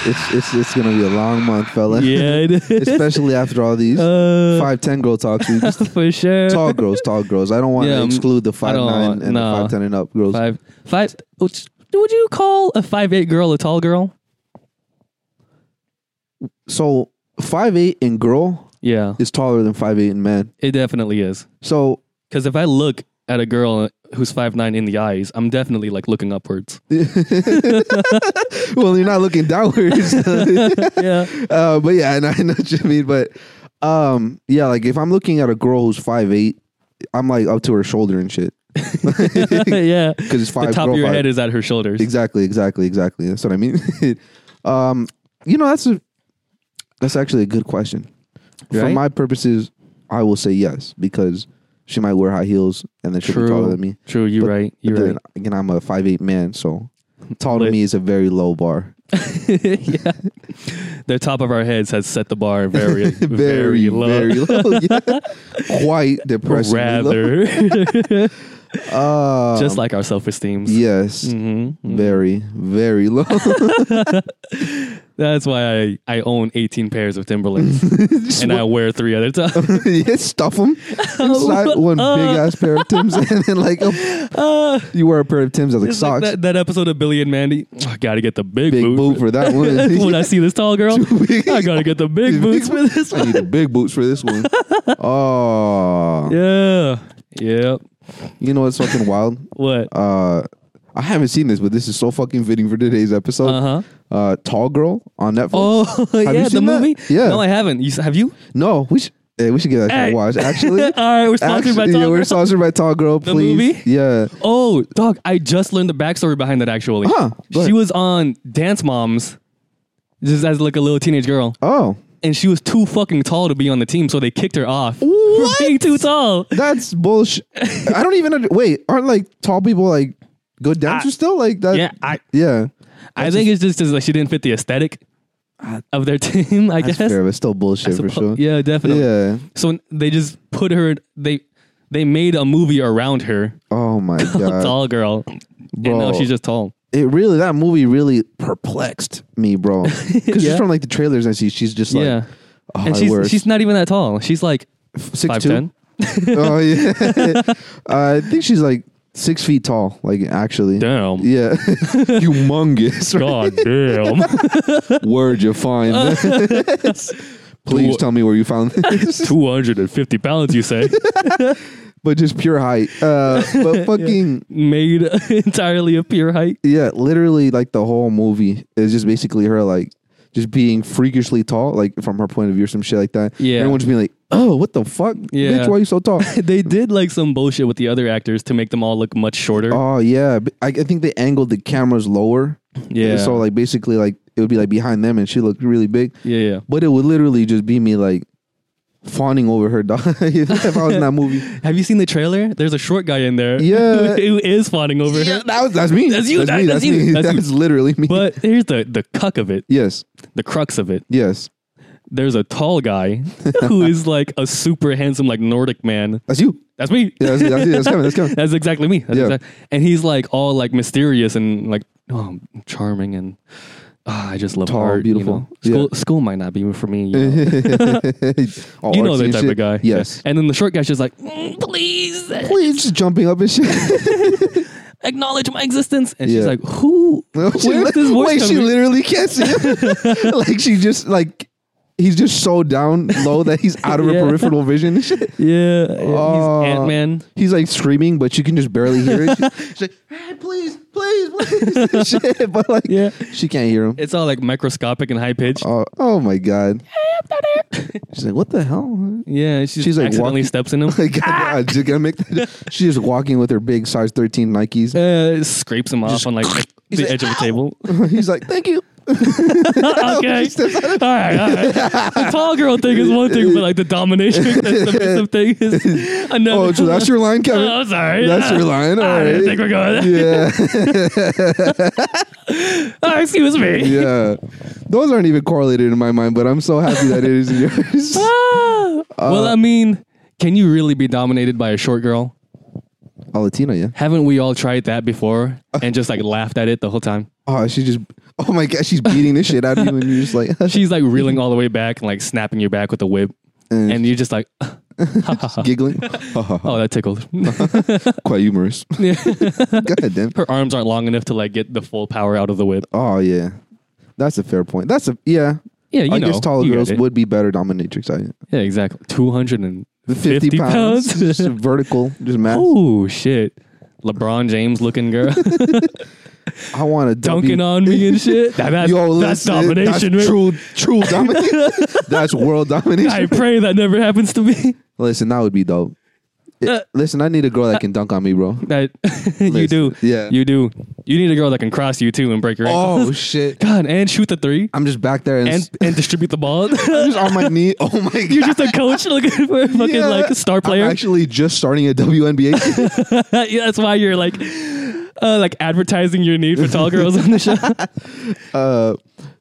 Speaker 1: it's, it's it's gonna be a long month, fella.
Speaker 2: Yeah, it
Speaker 1: *laughs*
Speaker 2: is.
Speaker 1: Especially after all these
Speaker 2: Uh,
Speaker 1: *laughs* five ten girl talks. We just
Speaker 2: *laughs* for sure.
Speaker 1: tall girls, tall girls. I don't want
Speaker 2: Yeah,
Speaker 1: to
Speaker 2: um,
Speaker 1: exclude the five nine
Speaker 2: don't-
Speaker 1: and
Speaker 2: no.
Speaker 1: the five ten and up girls.
Speaker 2: Five, five. Would would you call a five eight girl a tall girl?
Speaker 1: So five eight in girl
Speaker 2: Yeah,
Speaker 1: is taller than five eight in man.
Speaker 2: it definitely is.
Speaker 1: So
Speaker 2: Because if I look at a girl who's five nine in the eyes, I'm definitely like looking upwards.
Speaker 1: well, you're not looking
Speaker 2: *laughs*
Speaker 1: downwards. *laughs*
Speaker 2: yeah,
Speaker 1: uh, but yeah, I know, I know what you mean. But um, yeah, like if I'm looking at a girl who's five eight, I'm like up to her shoulder and shit.
Speaker 2: *laughs* yeah.
Speaker 1: Because it's *laughs* five.
Speaker 2: the top
Speaker 1: girl
Speaker 2: of your
Speaker 1: five.
Speaker 2: head is at her shoulders.
Speaker 1: Exactly, exactly, exactly. That's what I mean. *laughs* um, you know, that's a that's actually a good question. For
Speaker 2: Right?
Speaker 1: my purposes, I will say yes because she might wear high heels and then she'll be taller
Speaker 2: True.
Speaker 1: than me.
Speaker 2: True. You're
Speaker 1: But-
Speaker 2: right.
Speaker 1: But
Speaker 2: You're
Speaker 1: then
Speaker 2: right. *laughs*
Speaker 1: again, I'm a five eight man, so Tall to
Speaker 2: Lit.
Speaker 1: me is a very low bar.
Speaker 2: *laughs* yeah. The top of our heads has set
Speaker 1: *laughs*
Speaker 2: the bar very, very,
Speaker 1: Very,
Speaker 2: low.
Speaker 1: very low. *laughs* yeah.
Speaker 2: *laughs*
Speaker 1: Quite depressing.
Speaker 2: rather, *laughs*
Speaker 1: Uh,
Speaker 2: just like our self esteems.
Speaker 1: yes.
Speaker 2: Mm-hmm.
Speaker 1: Very, very low. *laughs*
Speaker 2: That's why I, I own 18 pairs
Speaker 1: *laughs*
Speaker 2: of Timberlands and I wear three at a time.
Speaker 1: yeah, stuff
Speaker 2: *laughs*
Speaker 1: them inside one big ass pair of Tim's, and then like oh,
Speaker 2: Uh,
Speaker 1: you wear a pair of Tim's as like
Speaker 2: it's like
Speaker 1: *laughs* socks.
Speaker 2: that, that episode of Billy and Mandy. oh, I gotta get the big,
Speaker 1: big
Speaker 2: boot.
Speaker 1: boot for that
Speaker 2: *laughs*
Speaker 1: one. *laughs*
Speaker 2: when I see this tall girl,
Speaker 1: big.
Speaker 2: I gotta get the big
Speaker 1: Big
Speaker 2: boots for this
Speaker 1: I
Speaker 2: one.
Speaker 1: need the big boots for this
Speaker 2: *laughs*
Speaker 1: one. Oh,
Speaker 2: Yeah. Yep.
Speaker 1: you know what's fucking wild?
Speaker 2: What?
Speaker 1: Uh, I haven't seen this, but this is so fucking fitting for today's episode.
Speaker 2: Uh-huh.
Speaker 1: Uh, Tall Girl on Netflix.
Speaker 2: Oh,
Speaker 1: you
Speaker 2: *laughs* yeah, the
Speaker 1: seen that?
Speaker 2: movie?
Speaker 1: Yeah.
Speaker 2: No, I haven't. You, s- have you?
Speaker 1: No, we should eh, we should give that
Speaker 2: Hey.
Speaker 1: a watch. Actually,
Speaker 2: All right, we're *laughs* sponsored by
Speaker 1: Actually,
Speaker 2: Tall
Speaker 1: yeah, we're
Speaker 2: Girl.
Speaker 1: sponsored by Tall Girl. Please,
Speaker 2: movie?
Speaker 1: yeah.
Speaker 2: Oh, dog, I just learned the backstory behind that actually.
Speaker 1: Huh, Uh-huh, go
Speaker 2: She
Speaker 1: ahead.
Speaker 2: was on Dance Moms just as like a little teenage girl.
Speaker 1: Oh,
Speaker 2: And she was too fucking tall to be on the team, so they kicked her off.
Speaker 1: What?
Speaker 2: For being too tall.
Speaker 1: that's bullshit. I don't even under- wait. Aren't like tall people like good dancers still like that?
Speaker 2: Ah, Yeah,
Speaker 1: yeah.
Speaker 2: I I think it's just 'cause, like she didn't fit the aesthetic of their *laughs* team, I
Speaker 1: That's
Speaker 2: guess.
Speaker 1: fair, but still bullshit for sure.
Speaker 2: Yeah, definitely.
Speaker 1: Yeah.
Speaker 2: So they just put her they they made a movie around her.
Speaker 1: Oh my god,
Speaker 2: *laughs* tall girl. And
Speaker 1: Bro.
Speaker 2: now she's just tall.
Speaker 1: it really that movie really perplexed me, bro.
Speaker 2: *laughs*
Speaker 1: Because
Speaker 2: Yeah.
Speaker 1: just from like the trailers I see, she's just like,
Speaker 2: yeah.
Speaker 1: oh,
Speaker 2: And
Speaker 1: I
Speaker 2: she's
Speaker 1: wear
Speaker 2: she's not even that tall. She's like
Speaker 1: six
Speaker 2: five
Speaker 1: two.
Speaker 2: ten.
Speaker 1: *laughs* Oh
Speaker 2: *laughs*
Speaker 1: yeah, I think she's like six feet tall. Like actually,
Speaker 2: Damn.
Speaker 1: yeah, humongous. right?
Speaker 2: *laughs* God
Speaker 1: *laughs*
Speaker 2: damn.
Speaker 1: Word you find.
Speaker 2: *laughs*
Speaker 1: *laughs* Please
Speaker 2: Two-
Speaker 1: tell me where you found this.
Speaker 2: 250 pounds, you say?
Speaker 1: but just pure height. Uh, but fucking
Speaker 2: *laughs* Made *laughs* entirely of pure height.
Speaker 1: yeah. literally like the whole movie is just basically her like just being freakishly tall, like from her point of view or some shit like that.
Speaker 2: Yeah.
Speaker 1: Everyone's being like, oh, what the fuck?
Speaker 2: Yeah.
Speaker 1: Bitch, why you so
Speaker 2: *laughs*
Speaker 1: tall?
Speaker 2: They did like some bullshit with the other actors to make them all look much shorter.
Speaker 1: oh yeah. B- I, I think they angled the cameras lower.
Speaker 2: yeah.
Speaker 1: So like basically like it would be like behind them and she looked really big.
Speaker 2: yeah. Yeah.
Speaker 1: But it would literally just be me like fawning over her dog *laughs* if I was in that
Speaker 2: *laughs*
Speaker 1: movie.
Speaker 2: Have you seen the trailer? There's a short guy in there *laughs*
Speaker 1: Yeah.
Speaker 2: who is fawning over
Speaker 1: Yeah,
Speaker 2: her.
Speaker 1: that was, that's me.
Speaker 2: That's you, that-
Speaker 1: me.
Speaker 2: that's
Speaker 1: That's,
Speaker 2: you,
Speaker 1: me. *laughs*
Speaker 2: that's
Speaker 1: That's,
Speaker 2: you.
Speaker 1: literally me.
Speaker 2: But here's the, the cuck of it,
Speaker 1: yes,
Speaker 2: the crux of it.
Speaker 1: yes,
Speaker 2: There's a tall guy *laughs* who is like a super handsome, like Nordic man.
Speaker 1: that's you.
Speaker 2: That's me.
Speaker 1: Yeah, that's, that's, that's coming. That's coming.
Speaker 2: *laughs* That's exactly me. That's
Speaker 1: Yeah.
Speaker 2: exact- and he's like all like mysterious and like oh, charming and ah, I just love
Speaker 1: Tall,
Speaker 2: art. you
Speaker 1: beautiful.
Speaker 2: know? School school might not be for me. You know,
Speaker 1: *laughs* All
Speaker 2: You know
Speaker 1: artsy
Speaker 2: that
Speaker 1: and
Speaker 2: type
Speaker 1: shit.
Speaker 2: of guy.
Speaker 1: Yes.
Speaker 2: Yeah. And then the short guy's just like, "Mm, please
Speaker 1: Please, just jumping up and shit. *laughs*
Speaker 2: acknowledge my existence. And she's
Speaker 1: Yeah.
Speaker 2: like,
Speaker 1: *laughs*
Speaker 2: who?
Speaker 1: She
Speaker 2: Where's
Speaker 1: li-
Speaker 2: this voice
Speaker 1: Wait, she
Speaker 2: coming?
Speaker 1: literally can't see
Speaker 2: *laughs*
Speaker 1: him. like she just like he's just so down low that he's out of her
Speaker 2: *laughs* Yeah.
Speaker 1: peripheral vision. and shit.
Speaker 2: yeah, yeah,
Speaker 1: Oh.
Speaker 2: he's Ant Man.
Speaker 1: He's like screaming, but you can just barely hear
Speaker 2: *laughs*
Speaker 1: it. She's, she's like, hey, please, please, please, shit. But like,
Speaker 2: Yeah.
Speaker 1: she can't hear him.
Speaker 2: It's all like microscopic and high pitched.
Speaker 1: Oh, oh my god. She's like, what the hell? *laughs*
Speaker 2: Yeah, and she just
Speaker 1: She's, like,
Speaker 2: accidentally
Speaker 1: walking-
Speaker 2: steps
Speaker 1: *laughs*
Speaker 2: in him.
Speaker 1: Like, I just gotta make that. She's just walking with her big size 13 Nikes. *laughs*
Speaker 2: Uh, scrapes him off on like the
Speaker 1: He's like,
Speaker 2: edge of a table.
Speaker 1: He's like, thank
Speaker 2: *laughs*
Speaker 1: you.
Speaker 2: okay. all right, all right. The tall girl thing is one thing, but like the domination, the submissive thing
Speaker 1: *laughs*
Speaker 2: is another.
Speaker 1: Oh, so that's your line, Kevin.
Speaker 2: *laughs* Oh, I'm sorry.
Speaker 1: That's your line. All
Speaker 2: I
Speaker 1: right.
Speaker 2: didn't think we're going. *laughs*
Speaker 1: yeah.
Speaker 2: Oh, excuse me.
Speaker 1: Yeah. Those aren't even correlated in my mind, but I'm so happy that it
Speaker 2: *laughs*
Speaker 1: is in yours.
Speaker 2: Ah. well,
Speaker 1: Uh,
Speaker 2: I mean, can you really be dominated by a short girl?
Speaker 1: Oh, Latina, yeah.
Speaker 2: Haven't we all tried that before and just like laughed at it the whole time?
Speaker 1: Oh, she just, oh my God, she's beating the shit out of you, and you're just like, *laughs*
Speaker 2: She's like reeling all the way back and like snapping your back with a whip, *laughs* and you're just like, *laughs*
Speaker 1: giggling. *laughs*
Speaker 2: oh, that tickled.
Speaker 1: Quite
Speaker 2: *laughs*
Speaker 1: humorous. God damn.
Speaker 2: Her arms aren't long enough to like get the full power out of the whip.
Speaker 1: Oh, yeah. That's a fair point. That's a, yeah.
Speaker 2: Yeah, you
Speaker 1: I
Speaker 2: know,
Speaker 1: guess taller
Speaker 2: you get
Speaker 1: girls
Speaker 2: it.
Speaker 1: would be better dominatrix. I,
Speaker 2: Yeah, exactly. Two hundred and
Speaker 1: 50,
Speaker 2: 50
Speaker 1: pounds. *laughs*
Speaker 2: pounds.
Speaker 1: just vertical, just mass.
Speaker 2: oh shit, LeBron James
Speaker 1: *laughs*
Speaker 2: looking girl
Speaker 1: I want to
Speaker 2: dunking on me
Speaker 1: *laughs*
Speaker 2: and shit. That- that's,
Speaker 1: Yo,
Speaker 2: that's
Speaker 1: listen,
Speaker 2: domination.
Speaker 1: That's
Speaker 2: man.
Speaker 1: true, true
Speaker 2: *laughs*
Speaker 1: domination. that's world domination.
Speaker 2: I pray that never happens to me. *laughs*
Speaker 1: listen, that would be dope. It-
Speaker 2: Uh,
Speaker 1: listen, I need a girl that can dunk on me, bro.
Speaker 2: That *laughs* you do,
Speaker 1: yeah.
Speaker 2: you do. You need a girl that can cross you too and break your ankle.
Speaker 1: Oh *laughs* shit!
Speaker 2: *laughs* God, and shoot the three
Speaker 1: I'm just back there and,
Speaker 2: and and distribute the ball. *laughs*
Speaker 1: I'm just on my knee. Oh my god!
Speaker 2: You're just a coach looking for a fucking
Speaker 1: Yeah.
Speaker 2: *laughs* like star player. *laughs*
Speaker 1: I'm actually just starting a WNBA.
Speaker 2: yeah, that's why you're like, uh, like advertising your need for tall girls on
Speaker 1: *laughs*
Speaker 2: the show.
Speaker 1: Uh,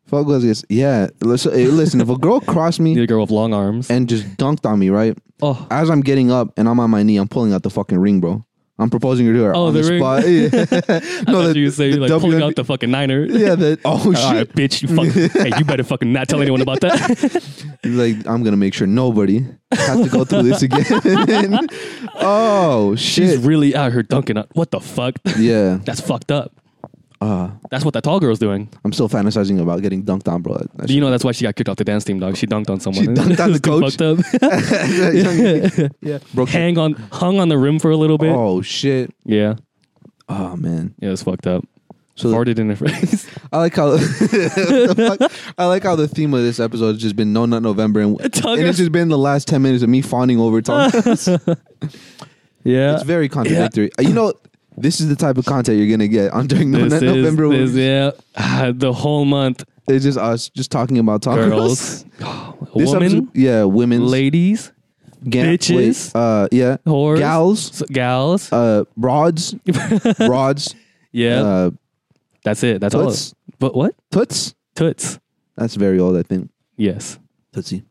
Speaker 1: fuck was this? Yeah. Listen, hey, listen, if a girl crossed
Speaker 2: Need
Speaker 1: me
Speaker 2: a girl with long arms.
Speaker 1: and just dunked on me, right?
Speaker 2: oh,
Speaker 1: As I'm getting up and I'm on my knee, I'm pulling out the fucking ring, bro. I'm proposing to her
Speaker 2: Oh,
Speaker 1: on
Speaker 2: the
Speaker 1: the,
Speaker 2: ring.
Speaker 1: spot. *laughs* Yeah.
Speaker 2: *laughs* I thought you would say
Speaker 1: the
Speaker 2: like pulling
Speaker 1: WNBA
Speaker 2: out the fucking niner.
Speaker 1: Yeah,
Speaker 2: *laughs*
Speaker 1: the oh
Speaker 2: All right,
Speaker 1: shit.
Speaker 2: bitch, you
Speaker 1: *laughs*
Speaker 2: fuck. hey, you better fucking not tell anyone about that.
Speaker 1: Like I'm gonna make sure nobody has to go through
Speaker 2: *laughs*
Speaker 1: this again. *laughs* oh
Speaker 2: She's
Speaker 1: shit.
Speaker 2: really out here dunking on. What the fuck? *laughs*
Speaker 1: yeah.
Speaker 2: That's fucked up.
Speaker 1: Uh,
Speaker 2: That's what that tall girl's doing.
Speaker 1: I'm still fantasizing about getting dunked on, bro. That
Speaker 2: You know that's why she got kicked off the dance team, dog. She dunked on someone.
Speaker 1: She dunked on
Speaker 2: *laughs* It was
Speaker 1: the
Speaker 2: too
Speaker 1: coach.
Speaker 2: fucked up.
Speaker 1: shit-
Speaker 2: *laughs* yeah.
Speaker 1: Bro, can-
Speaker 2: Hang on, hung on the rim for a little bit.
Speaker 1: oh shit.
Speaker 2: Yeah,
Speaker 1: Oh man.
Speaker 2: yeah, it's fucked up.
Speaker 1: So the-
Speaker 2: Farted in her *laughs* face.
Speaker 1: I like how *laughs* the fuck? I like how the theme of this episode has just been no nut November and,
Speaker 2: Tongue-
Speaker 1: and it's just been the last ten minutes of me fawning over
Speaker 2: *laughs*
Speaker 1: Tom.
Speaker 2: yeah,
Speaker 1: it's very
Speaker 2: *laughs*
Speaker 1: contradictory. You know, this is the type of content you're gonna get on during no
Speaker 2: this
Speaker 1: nut
Speaker 2: is,
Speaker 1: November.
Speaker 2: this, yeah, Ah, the whole month,
Speaker 1: It's just us just talking about Tom. *gasps*
Speaker 2: girls,
Speaker 1: This
Speaker 2: women,
Speaker 1: episode- yeah, women,
Speaker 2: ladies, bitches,
Speaker 1: uh, yeah,
Speaker 2: whores,
Speaker 1: gals,
Speaker 2: s- gals.
Speaker 1: uh,
Speaker 2: *laughs*
Speaker 1: broads, broads,
Speaker 2: yeah,
Speaker 1: uh,
Speaker 2: that's it. That's
Speaker 1: toots.
Speaker 2: all. But what
Speaker 1: toots.
Speaker 2: toots?
Speaker 1: That's very old, I think.
Speaker 2: Yes.
Speaker 1: Tootsie.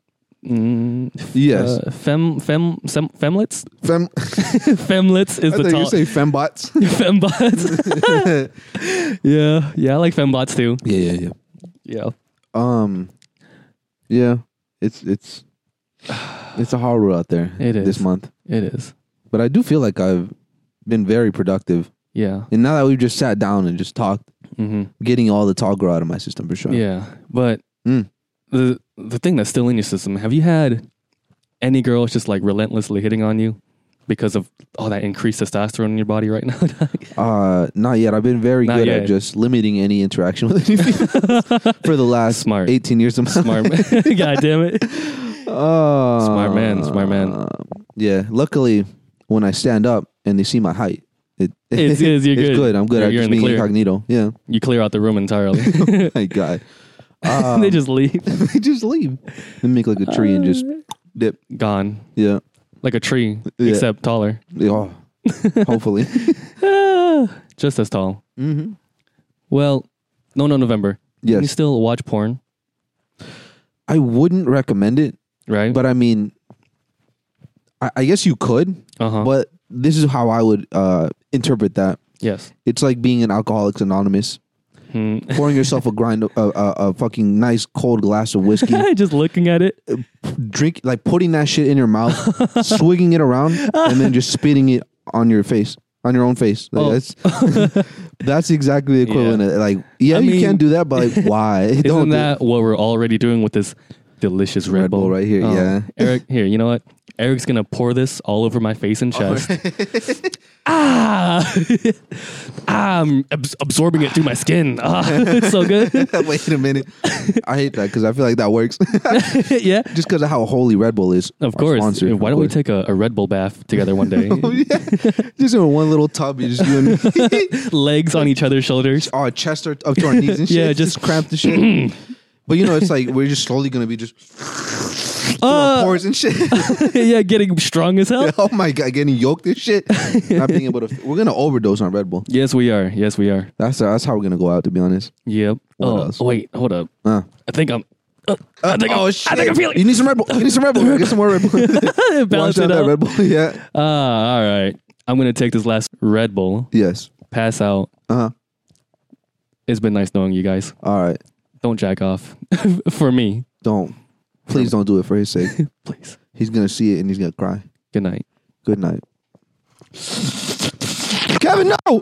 Speaker 2: Mm, f-
Speaker 1: Yes.
Speaker 2: Uh, fem fem sem, femlets. *laughs*
Speaker 1: Fem.
Speaker 2: Femlets is
Speaker 1: I
Speaker 2: the
Speaker 1: thought you
Speaker 2: tall.
Speaker 1: say fembots.
Speaker 2: *laughs*
Speaker 1: *laughs*
Speaker 2: fembots. yeah, yeah, I like fembots too.
Speaker 1: yeah, yeah, yeah.
Speaker 2: Yeah,
Speaker 1: Um, yeah, it's it's it's a horror out there.
Speaker 2: It
Speaker 1: this
Speaker 2: is.
Speaker 1: month,
Speaker 2: it is.
Speaker 1: but I do feel like I've been very productive.
Speaker 2: Yeah.
Speaker 1: And now that we've just sat down and just talked,
Speaker 2: hmm
Speaker 1: getting all the tall girl out of my system for sure.
Speaker 2: Yeah, but
Speaker 1: Mm.
Speaker 2: the the thing that's still in your system. Have you had any girls just like relentlessly hitting on you because of all that increased testosterone in your body right now? *laughs*
Speaker 1: Uh, not yet. I've been very
Speaker 2: Not
Speaker 1: good
Speaker 2: yet.
Speaker 1: at just limiting any interaction with any
Speaker 2: *laughs*
Speaker 1: females *laughs* for the last
Speaker 2: Smart.
Speaker 1: eighteen years of my *laughs*
Speaker 2: Smart man. *laughs* God damn it.
Speaker 1: Oh,
Speaker 2: Smart man, smart man.
Speaker 1: Um, Yeah. Luckily, when I stand up and they see my height, it,
Speaker 2: It's-
Speaker 1: *laughs*
Speaker 2: it's- you're
Speaker 1: it's
Speaker 2: good.
Speaker 1: I'm good
Speaker 2: You're-
Speaker 1: at
Speaker 2: you're
Speaker 1: just
Speaker 2: in the
Speaker 1: being
Speaker 2: clear.
Speaker 1: incognito. Yeah.
Speaker 2: *laughs* You clear out the
Speaker 1: *laughs*
Speaker 2: room entirely.
Speaker 1: My God. Um.
Speaker 2: *laughs* they just leave.
Speaker 1: they just leave. They make like a tree and just dip.
Speaker 2: Gone.
Speaker 1: Yeah.
Speaker 2: Like a tree,
Speaker 1: Yeah.
Speaker 2: except taller. *sighs*
Speaker 1: Yeah,
Speaker 2: *laughs*
Speaker 1: Oh, hopefully.
Speaker 2: Ah, just as tall.
Speaker 1: mm-hmm.
Speaker 2: Well, no, no, November. You
Speaker 1: *laughs* Yes.
Speaker 2: still watch porn,
Speaker 1: I wouldn't recommend it,
Speaker 2: right?
Speaker 1: but I mean, I, I guess you could,
Speaker 2: uh-huh.
Speaker 1: but this is how I would uh, interpret that.
Speaker 2: yes.
Speaker 1: It's like being an Alcoholics Anonymous,
Speaker 2: Hmm.
Speaker 1: pouring yourself a grind, of- a, a, a fucking nice cold glass of
Speaker 2: *laughs*
Speaker 1: whiskey,
Speaker 2: *laughs* just looking at it.
Speaker 1: drink, like putting that shit in your
Speaker 2: *laughs*
Speaker 1: mouth, swigging it around, and then just spitting it on your face, on your own face. Like,
Speaker 2: Oh.
Speaker 1: That's *laughs* that's exactly the equivalent. Of, like, yeah,
Speaker 2: I
Speaker 1: you
Speaker 2: mean-
Speaker 1: can do that, but
Speaker 2: *laughs*
Speaker 1: like, why? *laughs*
Speaker 2: Isn't
Speaker 1: do it.
Speaker 2: that what we're already doing with this delicious
Speaker 1: Red
Speaker 2: Red, Uh-huh.
Speaker 1: Bull right here, yeah.
Speaker 2: Eric, here, you know what? Eric's gonna pour this all over my face and chest.
Speaker 1: *laughs*
Speaker 2: ah, *laughs* I'm abs- absorbing it through my skin. Ah, *laughs* it's so good. *laughs*
Speaker 1: Wait a minute. I hate that because I feel like that works *laughs*
Speaker 2: yeah,
Speaker 1: just because of how holy Red Bull is.
Speaker 2: of
Speaker 1: our
Speaker 2: course.
Speaker 1: sponsor,
Speaker 2: Why
Speaker 1: of
Speaker 2: don't we
Speaker 1: course.
Speaker 2: take a, a Red Bull bath together one
Speaker 1: *laughs*
Speaker 2: day?
Speaker 1: yeah. Just in one little tub, you just doing
Speaker 2: *laughs* Legs on each other's shoulders.
Speaker 1: our chest or, up to our knees and shit.
Speaker 2: *laughs* Yeah,
Speaker 1: just,
Speaker 2: just-
Speaker 1: *laughs* cramped the
Speaker 2: *clears throat*
Speaker 1: shit. but you know, it's like we're just slowly gonna be just
Speaker 2: Uh.
Speaker 1: pores and shit. *laughs*
Speaker 2: *laughs* yeah, getting strong as hell.
Speaker 1: oh my god, getting yoked and shit. Not being able to. We're gonna overdose on Red Bull.
Speaker 2: Yes, we are. Yes, we are.
Speaker 1: That's that's how we're gonna go out. To be honest.
Speaker 2: Yep.
Speaker 1: What
Speaker 2: oh,
Speaker 1: else?
Speaker 2: wait. Hold up.
Speaker 1: Uh.
Speaker 2: I think I'm. uh, I think
Speaker 1: oh
Speaker 2: I'm,
Speaker 1: shit!
Speaker 2: I think I'm feeling.
Speaker 1: You need some Red Bull. You need some Red Bull. Get some more
Speaker 2: *laughs*
Speaker 1: Red Bull. Wash
Speaker 2: balance
Speaker 1: down
Speaker 2: it
Speaker 1: that
Speaker 2: out.
Speaker 1: Red Bull. *laughs* Yeah.
Speaker 2: Ah, all right. I'm gonna take this last Red Bull.
Speaker 1: Yes.
Speaker 2: Pass out.
Speaker 1: Uh huh.
Speaker 2: It's been nice knowing you guys.
Speaker 1: All right.
Speaker 2: Don't jack off *laughs* for me,
Speaker 1: Don't. Please don't do it for his
Speaker 2: *laughs*
Speaker 1: sake.
Speaker 2: please.
Speaker 1: He's gonna see it and he's gonna cry.
Speaker 2: Good night.
Speaker 1: Good night. Kevin, no.